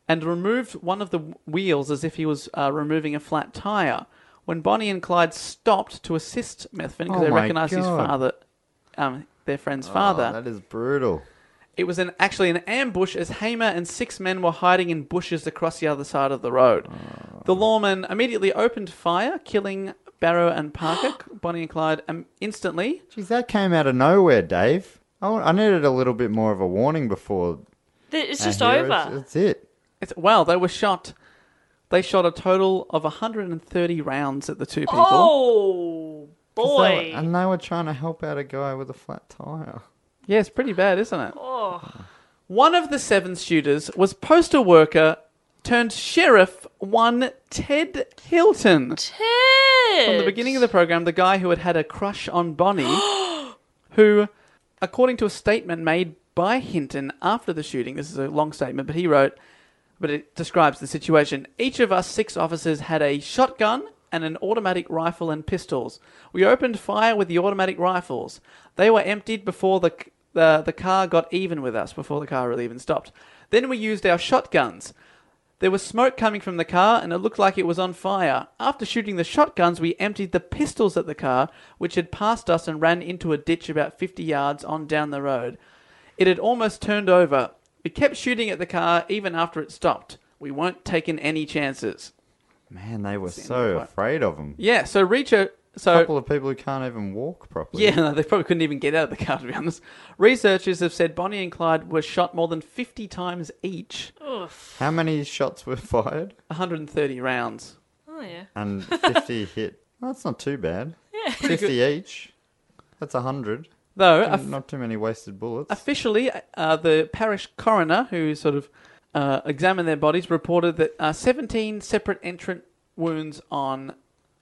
C: and removed one of the wheels as if he was uh, removing a flat tire. when Bonnie and Clyde stopped to assist Methven because
A: Oh
C: they
A: my
C: recognised his
A: God.
C: father, um, their friend's
A: Oh,
C: father.
A: that is brutal.
C: It was an actually an ambush as Hamer and six men were hiding in bushes across the other side of the road.
A: Oh.
C: The lawman immediately opened fire, killing Barrow and Parker, Bonnie and Clyde, um, instantly.
A: Jeez, that came out of nowhere, Dave. I, wa- I needed a little bit more of a warning before.
B: Th- It's
A: I
B: just
A: hear it.
B: over.
A: That's it.
C: It's, wow, they were shot. They shot a total of 130 rounds at the two people.
B: Oh
A: 'Cause they were-
B: boy!
A: and they were trying to help out a guy with a flat tire.
C: Yeah, it's pretty bad, isn't it? One of the seven shooters was postal worker turned sheriff one Ted Hilton.
B: Ted.
C: From the beginning of the program, the guy who had had a crush on Bonnie, who, according to a statement made by Hinton after the shooting, this is a long statement, but he wrote, but it describes the situation. Each of us six officers had a shotgun and an automatic rifle and pistols. We opened fire with the automatic rifles. They were emptied before the the, the car got even with us, before the car really even stopped. Then we used our shotguns. There was smoke coming from the car, and it looked like it was on fire. After shooting the shotguns, we emptied the pistols at the car, which had passed us and ran into a ditch about 50 yards on down the road. It had almost turned over. We kept shooting at the car even after it stopped. We weren't taking any chances.
A: Man, they were so
C: quite-
A: afraid of him.
C: Yeah, so Reacher.
A: A
C: So
A: couple of people who can't even walk properly.
C: Yeah, no, they probably couldn't even get out of the car, to be honest. Researchers have said Bonnie and Clyde were shot more than 50 times each,
A: How many shots were fired?
C: 130 rounds.
B: oh yeah.
A: And 50 hit. Well, that's not too bad. 50 each. That's 100.
C: Though,
A: Not-
C: a-
A: not too many wasted bullets.
C: officially, uh, the parish coroner, who sort of uh, examined their bodies, reported that uh, 17 separate entrant wounds on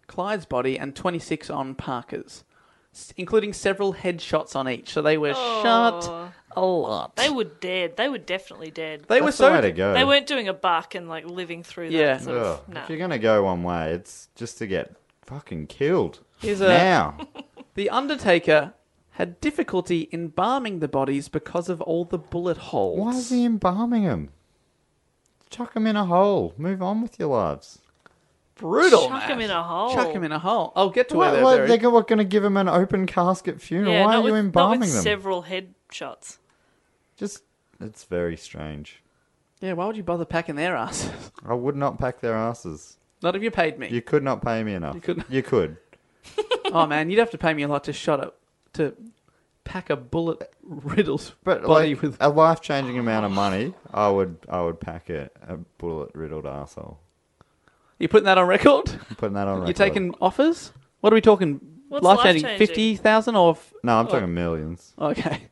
C: Clyde's body and 26 on Parker's, s- including several headshots on each. So they were shot a lot.
B: Oh. They were dead. They were definitely dead.
C: They
A: That's
C: were
A: the way
C: so
A: to go.
B: They weren't doing a buck and like living through that.
C: Yeah.
B: Sort of,
A: Ugh,
B: nah.
A: If you're going to go one way, it's just to get fucking killed.
C: Here's a-
A: now.
C: The Undertaker had difficulty embalming the bodies because of all the bullet holes.
A: Why is he embalming him? Chuck him in a hole. Move on with your lives.
C: brutal?
B: Chuck
C: Matt.
B: him in a hole.
C: Chuck him in a hole. I'll get to
A: What,
C: where they're
A: like,
C: buried.
A: they're go- what, going to give him an open casket funeral.
B: Yeah,
A: Why
B: not
A: are you
B: with,
A: embalming
B: not with
A: them?
B: several headshots.
A: Just, it's very strange.
C: Yeah, why would you bother packing their asses?
A: I would not pack their asses.
C: Not if you paid me.
A: You could not pay me enough.
C: You couldn't.
A: You could.
C: oh man, you'd have to pay me a lot to shot up to pack a bullet riddled
A: But
C: body
A: like
C: with.
A: a life changing amount of money, I would I would pack a, a bullet riddled asshole.
C: You putting that on record?
A: I'm putting that on.
C: You're
A: record.
C: taking offers? What are we talking?
B: What's
C: Life changing?
B: life-changing?
C: Fifty thousand or f-
A: No, I'm talking millions.
C: okay,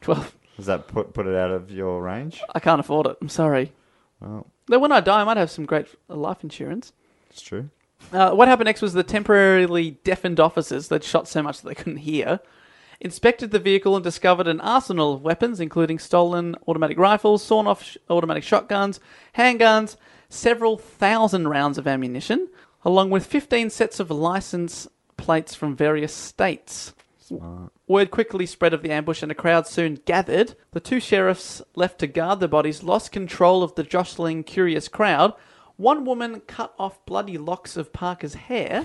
C: twelve.
A: Does that put put it out of your range?
C: I can't afford it. I'm sorry.
A: Well,
C: Though when I die, I might have some great uh, life insurance.
A: it's true.
C: Uh, what happened next was the temporarily deafened officers that shot so much that they couldn't hear inspected the vehicle and discovered an arsenal of weapons, including stolen automatic rifles, sawn off sh- automatic shotguns, handguns, several thousand rounds of ammunition, along with 15 sets of license plates from various states. Word quickly spread of the ambush, and a crowd soon gathered. The two sheriffs left to guard the bodies lost control of the jostling, curious crowd. One woman cut off bloody locks of Parker's hair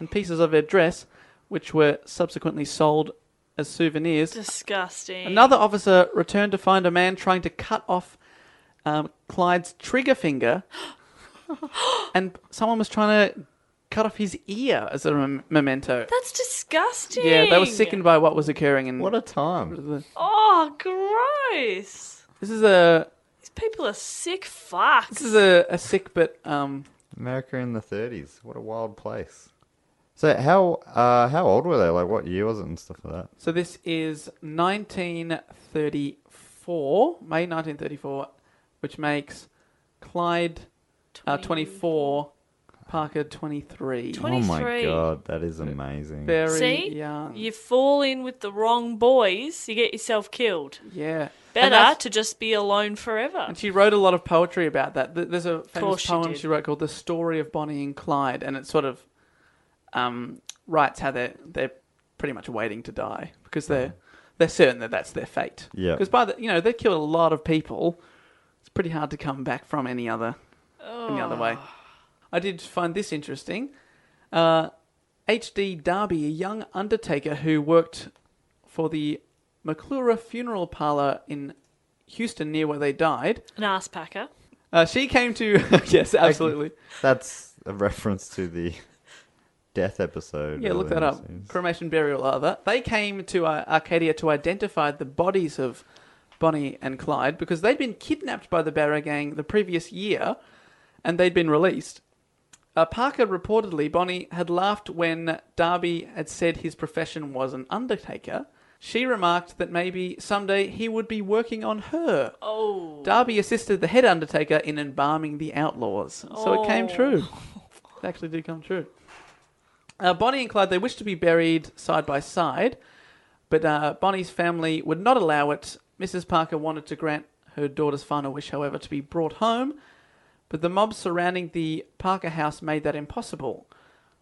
C: and pieces of her dress, which were subsequently sold as souvenirs.
B: Disgusting.
C: Another officer returned to find a man trying to cut off um, Clyde's trigger finger, and someone was trying to cut off his ear as a mem- memento.
B: That's disgusting.
C: Yeah, they were sickened by what was occurring. And
A: What a time!
B: Oh, gross.
C: this is a
B: These people are sick fucks.
C: this is a, a sick but um,
A: America in the 30s. What a wild place. So how uh, how old were they? Like what year was it and stuff like that?
C: so this is 1934, May 1934, which makes Clyde uh, 24, Parker 23.
A: Oh my
B: 23.
A: god, that is amazing.
C: Very
B: See?
C: young.
B: You fall in with the wrong boys, you get yourself killed.
C: Yeah. And,
B: Better
C: that's-
B: to just be alone forever.
C: and she wrote a lot of poetry about that. Th- There's a famous
B: course she
C: poem
B: did.
C: she wrote called "The Story of Bonnie and Clyde," and it sort of um, writes how they're they're pretty much waiting to die because they're they're certain that that's their fate.
A: Yeah.
C: Because by the you know they killed a lot of people. It's pretty hard to come back from any other any other way. I did find this interesting. Uh, H.D. Darby, a young undertaker who worked for the McClure Funeral Parlor in Houston, near where they died.
B: An ass packer.
C: Uh, she came to yes, absolutely.
F: That's a reference to the death episode.
C: Yeah, look that up. Cremation, burial, other. They came to uh, Arcadia to identify the bodies of Bonnie and Clyde because they'd been kidnapped by the Barra Gang the previous year and they'd been released. Uh, Parker reportedly, Bonnie had laughed when Darby had said his profession was an undertaker. She remarked that maybe someday he would be working on her.
B: Oh.
C: Darby assisted the head undertaker in embalming the outlaws. So it came
B: Oh.
C: true. It actually did come true. Uh, Bonnie and Clyde, they wished to be buried side by side, but uh, Bonnie's family would not allow it. Mrs. Parker wanted to grant her daughter's final wish, however, to be brought home, but the mob surrounding the Parker house made that impossible.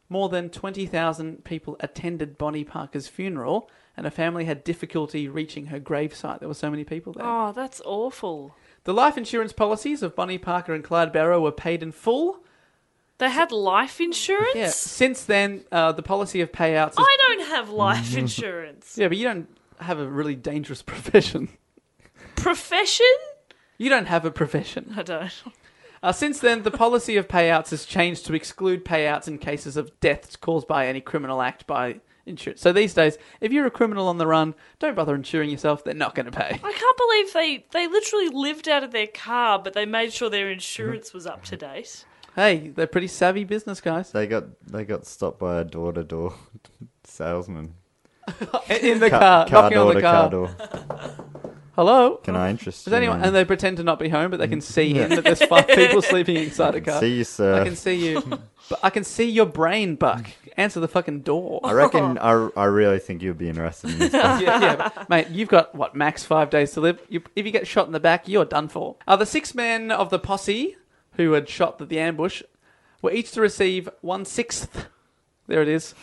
C: More than 20,000 people attended Bonnie Parker's funeral, and her family had difficulty reaching her gravesite. There were so many people there.
B: Oh, that's awful.
C: The life insurance policies of Bonnie Parker and Clyde Barrow were paid in full.
B: They had life insurance?
C: Yeah. Since then, uh, the policy of payouts. Is...
B: I don't have life insurance.
C: Yeah, but you don't have a really dangerous profession.
B: Profession?
C: You don't have a profession.
B: I don't.
C: Uh, since then, the policy of payouts has changed to exclude payouts in cases of deaths caused by any criminal act by insurance. So these days, if you're a criminal on the run, don't bother insuring yourself. They're not going to pay.
B: I can't believe they, they literally lived out of their car, but they made sure their insurance was up to date.
C: Hey, they're pretty savvy business guys.
F: They got they got stopped by a door to door salesman.
C: In the car, knocking on the car.
F: door.
C: Hello.
F: Can I interest
C: Does
F: you?
C: anyone?
F: in-
C: And they pretend to not be home, but they can see him. That there's five people sleeping inside a
F: I can
C: car.
F: see you, sir.
C: I can see you. but I can see your brain, Buck. Answer the fucking door.
F: I reckon I, I really think you'd be interested in this.
C: yeah, yeah, but, mate. You've got what max five days to live. You, if you get shot in the back, you're done for. Uh, the six men of the posse who had shot at the ambush were each to receive one sixth. There it is,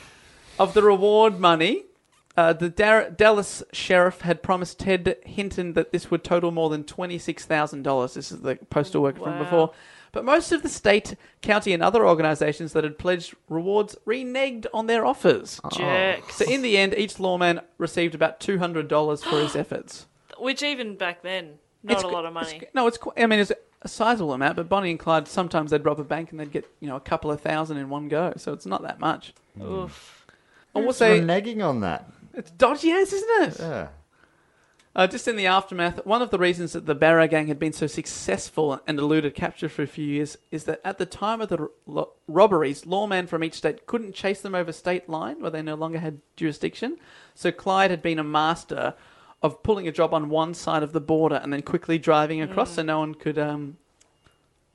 C: of the reward money. Uh, the Dar- Dallas sheriff had promised Ted Hinton that this would total more than twenty-six thousand dollars. This is the postal worker from
B: Wow.
C: before. But most of the state, county, and other organisations that had pledged rewards reneged on their offers.
B: Jerks.
C: So in the end, each lawman received about two hundred dollars for his effords.
B: Which, even back then, not
C: It's
B: a
C: qu-
B: lot of
C: it's
B: money.
C: qu- no, it's qu- I mean it's a sizable amount, but Bonnie and Clyde sometimes they'd rob a bank and they'd get you know a couple of thousand in one go, so it's not that much.
B: Oof.
C: I will
F: Who's
C: say
F: reneging on that?
C: it's dodgy as isn't it?
F: Yeah.
C: Uh, just in the aftermath, one of the reasons that the Barra gang had been so successful and eluded capture for a few years is that at the time of the r- lo- robberies, lawmen from each state couldn't chase them over state line where they no longer had jurisdiction. So Clyde had been a master of pulling a job on one side of the border and then quickly driving across, so no one could um,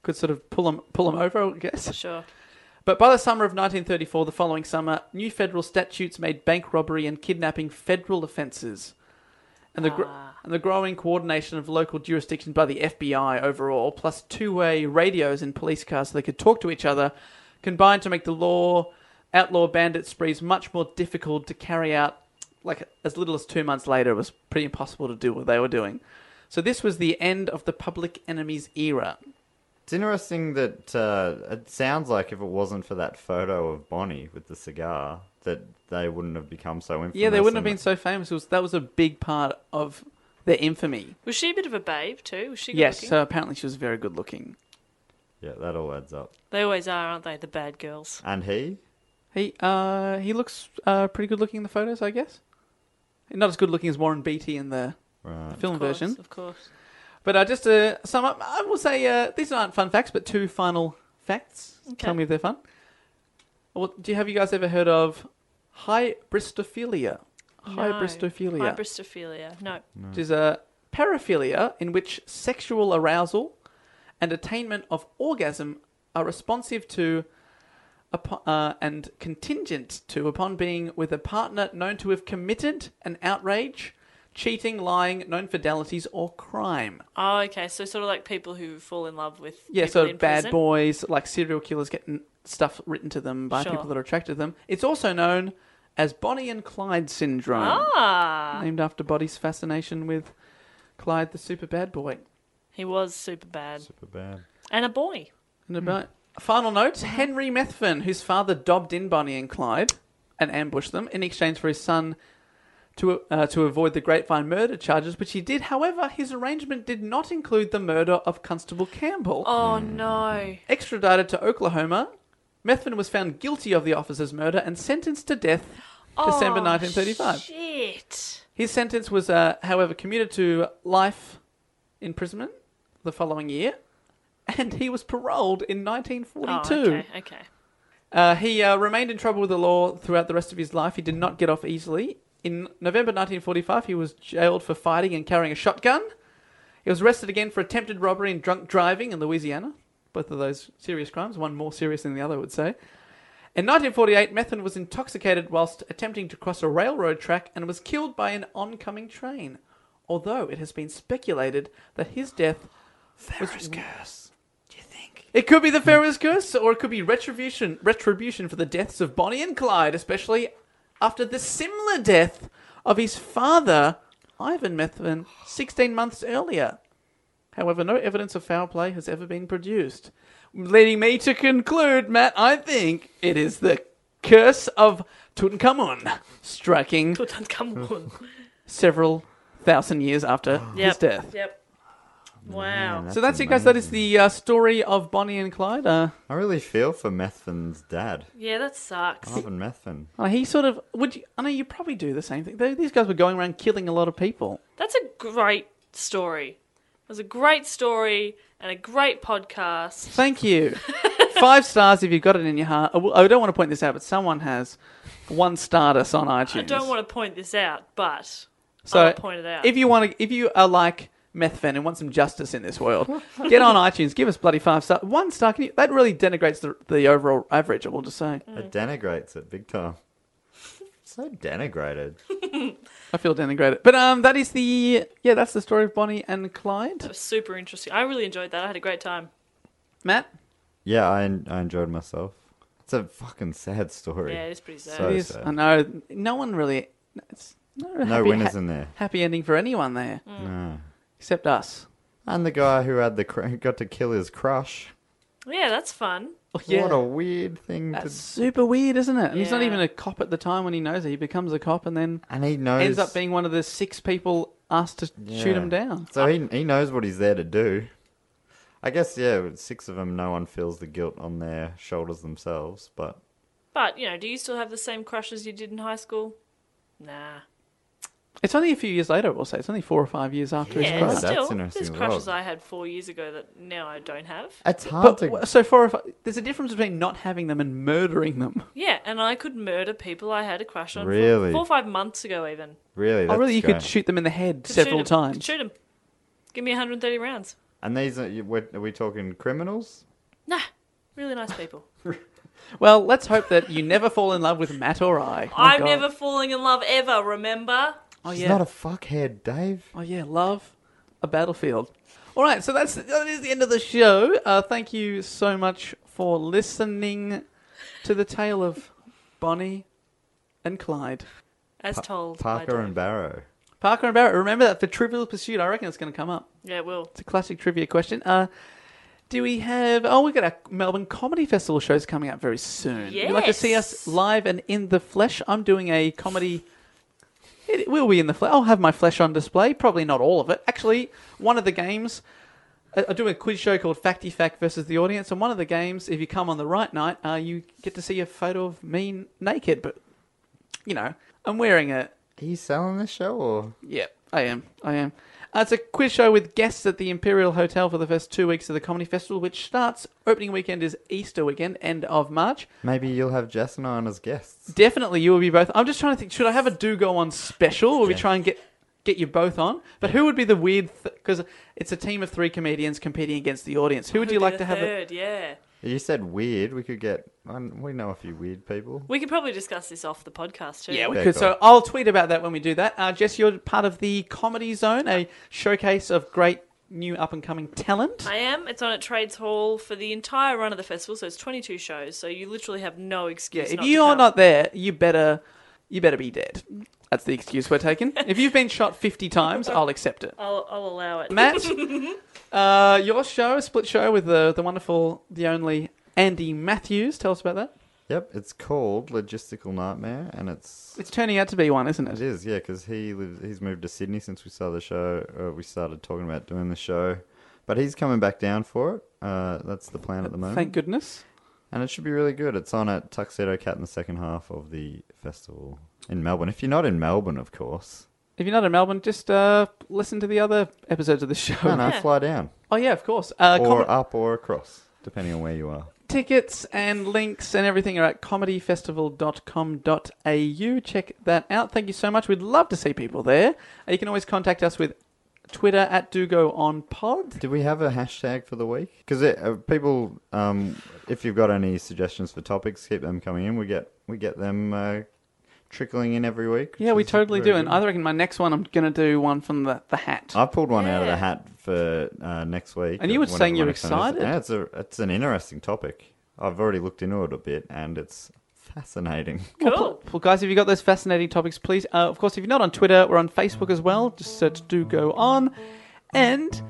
C: could sort of pull them over, I guess.
B: Sure.
C: But by the summer of 1934, the following summer, new federal statutes made bank robbery and kidnapping federal offences. And the, gr-
B: Ah.
C: and the growing coordination of local jurisdictions by the FBI overall, plus two way radios in police cars so they could talk to each other, combined to make the law outlaw bandit sprees much more difficult to carry out. Like as little as two months later, it was pretty impossible to do what they were doing. So, this was the end of the public enemies era.
F: It's interesting that uh, it sounds like if it wasn't for that photo of Bonnie with the cigar, that they wouldn't have become so infamous.
C: Yeah, they wouldn't have
F: and-
C: been so famous. It was, that was a big part of their infamy.
B: Was she a bit of a babe, too? Was she good
C: Yes,
B: looking?
C: so apparently she was very good looking.
F: Yeah, that all adds up.
B: They always are, aren't they? The bad girls.
F: And he?
C: He uh, he looks uh, pretty good looking in the photos, I guess. Not as good looking as Warren Beatty in the
F: Right.
C: film
B: Of course,
C: version.
B: Of course.
C: But uh, just to sum up, I will say uh, these aren't fun facts, but two final facts. Tell me if they're fun. Well, do you, have you guys ever heard of hybristophilia? Hybristophilia.
B: No. Hybristophilia. No.
C: which is a paraphilia in which sexual arousal and attainment of orgasm are responsive to upo- uh, and contingent to upon being with a partner known to have committed an outrage, cheating, lying, known fidelities, or crime.
B: Oh, okay. So sort of like people who fall in love with
C: Yeah,
B: people
C: sort
B: in
C: of bad
B: prison.
C: boys, like serial killers getting stuff written to them by
B: Sure.
C: people that are attracted to them. It's also known as Bonnie and Clyde syndrome.
B: Ah,
C: Named after Bonnie's fascination with Clyde the super bad boy.
B: he was super bad
F: Super bad.
B: and a boy.
C: And about Final note
B: Mm-hmm.
C: Henry Methven, whose father dobbed in Bonnie and Clyde and ambushed them in exchange for his son to, uh, to avoid the Grapevine murder charges, which he did. However, his arrangement did not include the murder of Constable Campbell.
B: Oh no.
C: Extradited to Oklahoma, Methven was found guilty of the officer's murder and sentenced to death December
B: Oh,
C: 1935.
B: Shit.
C: His sentence was, uh, however, commuted to life imprisonment the following year, and he was paroled in 1942.
B: Oh, okay, okay.
C: Uh, he uh, remained in trouble with the law throughout the rest of his life. He did not get off easily. In November 1945, he was jailed for fighting and carrying a shotgun. He was arrested again for attempted robbery and drunk driving in Louisiana. Both of those serious crimes, one more serious than the other, I would say. In 1948, Methven was intoxicated whilst attempting to cross a railroad track and was killed by an oncoming train. Although it has been speculated that his death Ferris curse. Do you think it could be the Ferris curse, or it could be retribution? Retribution for the deaths of Bonnie and Clyde, especially after the similar death of his father, Ivan Methven, 16 months earlier. However, no evidence of foul play has ever been produced. Leading me to conclude, Matt, I think it is the curse of Tutankhamun striking
B: Tutankhamun.
C: several thousand years after his
B: Yep,
C: death.
B: Yep. Wow.
C: So that's it, guys. That is the uh, story of Bonnie and Clyde. Uh,
F: I really feel for Methven's dad,
B: Yeah, that sucks.
A: Oh.
F: Ivan Methven.
C: uh, he sort of would. You, I know you probably do the same thing. They, these guys were going around killing a lot of people.
B: That's a great story. It was a great story and a great podcast.
C: Thank you. Five stars if you've got it in your heart. I will- I don't want to point this out, but someone has one starred us on iTunes.
B: I don't want to point this out, but
C: so
B: I'll point it out.
C: If you want to, if you are like Methven and want some justice in this world, get on iTunes. Give us bloody five star, one star. Can you, that really denigrates the, the overall average. I will just say.
F: It denigrates it big time. So denigrated.
C: I feel denigrated. But um, that is the yeah, that's the story of Bonnie and Clyde.
B: it was super interesting. I really enjoyed that. I had a great time.
C: Matt.
F: Yeah, I, I enjoyed myself. It's a fucking sad story.
B: Yeah, it's pretty sad.
F: So-
C: It is.
F: sad.
C: I know. No one really. It's not a
F: no
C: happy,
F: winners
C: ha-
F: in there.
C: happy ending for anyone there,
B: Mm.
F: No.
C: except us.
F: And the guy who had the cr- who got to kill his crush.
B: yeah, that's fun.
C: yeah.
F: What a weird thing
C: That's
F: to.
C: super weird, isn't it? And he's not
B: Yeah.
C: even a cop at the time when he knows it. He becomes a cop and then
F: And he knows.
C: ends up being one of the six people asked to shoot
F: Yeah.
C: him down.
F: So he he knows what he's there to do. I guess yeah, with six of them. No one feels the guilt on their shoulders themselves, but
B: But, you know, do you still have the same crushes you did in high school? Nah.
C: It's only a few years later, we'll say. It's only four or five years after his
B: Yeah,
F: Christ.
C: crime.
F: that's
B: still.
F: interesting
B: There's
F: as
B: crushes
F: well.
B: I had four years ago that now I don't have.
F: it's hard
C: But
F: to.
C: w- so four or five, there's a difference between not having them and murdering them.
B: Yeah, and I could murder people I had a crush on. for-
F: Really?
B: Four or five months ago, even.
F: Really, that's
C: oh, really? You
F: great.
C: could shoot them in the head
B: Could
C: several
B: shoot 'em.
C: times.
B: Could shoot him. Give me 130 rounds.
F: And these are, you- we're- are we talking criminals?
B: Nah, really nice people.
C: Well, let's hope that you never fall in love with Matt or I. Oh,
B: I'm
C: God.
B: never falling in love ever, remember?
C: Oh
F: She's
C: yeah.
F: not a fuckhead, Dave.
C: Oh yeah, love a battlefield. All right, so that's that is the end of the show. Uh, thank you so much for listening to the tale of Bonnie and Clyde,
B: As told. by
F: Parker
B: Dave.
F: and Barrow.
C: Parker and Barrett. Remember that for Trivial Pursuit. I reckon it's going to come up.
B: Yeah, it will.
C: It's a classic trivia question. Uh, do we have? Oh, we've got our Melbourne Comedy Festival shows coming up very soon. If You'd like to see us
B: Yes.
C: live and in the flesh? I'm doing a comedy. It will be in the flesh. I'll have my flesh on display. Probably not all of it. Actually, one of the games. I I do a quiz show called Facty Fact versus the audience, and one of the games, if you come on the right night, uh, you get to see a photo of me n- naked. But you know, I'm wearing a
F: Are you selling this show or?
C: yeah, I am. I am. Uh, it's a quiz show with guests at the Imperial Hotel for the first two weeks of the Comedy Festival, which starts opening weekend is Easter weekend, end of March.
F: Maybe you'll have Jess and I on as guests.
C: Definitely, you will be both. I'm just trying to think. Should I have a do go on special? Will we try and get get you both on? But who would be the weird? Because it's a team of three comedians competing against the audience. Who would you
B: Who'd be
C: like
B: the
C: to have? A,
B: Third, yeah.
F: You said weird. We could get. um, We know a few weird people.
B: We could probably discuss this off the podcast too.
C: yeah, we
F: Okay,
C: could.
F: cool.
C: So I'll tweet about that when we do that. Uh, Jess, you're part of the Comedy Zone, a showcase of great new up and coming talent.
B: I am. It's on at Trades Hall for the entire run of the festival, so it's 22 shows. So you literally have no
C: Yeah,
B: excuse.
C: if
B: not
C: you
B: to
C: are
B: come.
C: not there, you better you better be dead. That's the excuse we're taking. if you've been shot fifty times, I'll accept it.
B: I'll, I'll allow it.
C: Matt, uh, your show, a split show with the the wonderful, the only Andy Matthews. Tell us about that.
A: Yep, it's called Logistical Nightmare, and it's
C: It's turning out to be one, isn't
A: It
C: it?
A: is, yeah, because he lives. He's moved to Sydney since we started the show. Uh, we started talking about doing the show, but he's coming back down for it. Uh, that's the plan at the moment,
C: Thank goodness.
A: and it should be really good. It's on at Tuxedo Cat in the second half of the festival in Melbourne. If you're not in Melbourne, of course,
C: If you're not in Melbourne, just uh, listen to the other episodes of the show.
A: no, no,
B: Yeah.
A: fly down
C: Oh yeah, of course. Uh,
A: or
C: com-
A: up or across, depending on where you are.
C: tickets and links and everything are at comedyfestival.com.au. Check that out. Thank you so much. We'd love to see people there. Uh, You can always contact us with Twitter at do go on pod.
A: Did we have a hashtag for the week? Because uh, people, um, if you've got any suggestions for topics, keep them coming in. We get we get them uh, trickling in every week.
C: Yeah,
A: which
C: we
A: is
C: totally
A: very
C: do. And
A: good.
C: I reckon my next one, I'm going to do one from the, the hat.
A: I pulled one out of
B: Yeah.
A: the hat for uh, next week.
C: And you were
A: whenever
C: saying
A: my
C: you're
A: next one is.
C: excited?
A: Yeah, it's a it's an interesting topic. I've already looked into it a bit, and it's fascinating.
C: Well,
B: Cool.
C: pl- well, guys, if you've got those fascinating topics, please. Uh, of course, if you're not on Twitter, we're on Facebook as well. Just search Do Go On. And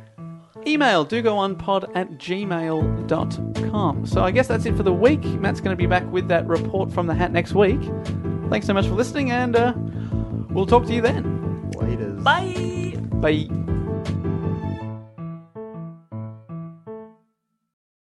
C: email do go on pod at gmail.com. So I guess that's it for the week. Matt's going to be back with that report from the hat next week. Thanks so much for listening, and uh, we'll talk to you then.
A: Later.
B: Bye.
C: Bye.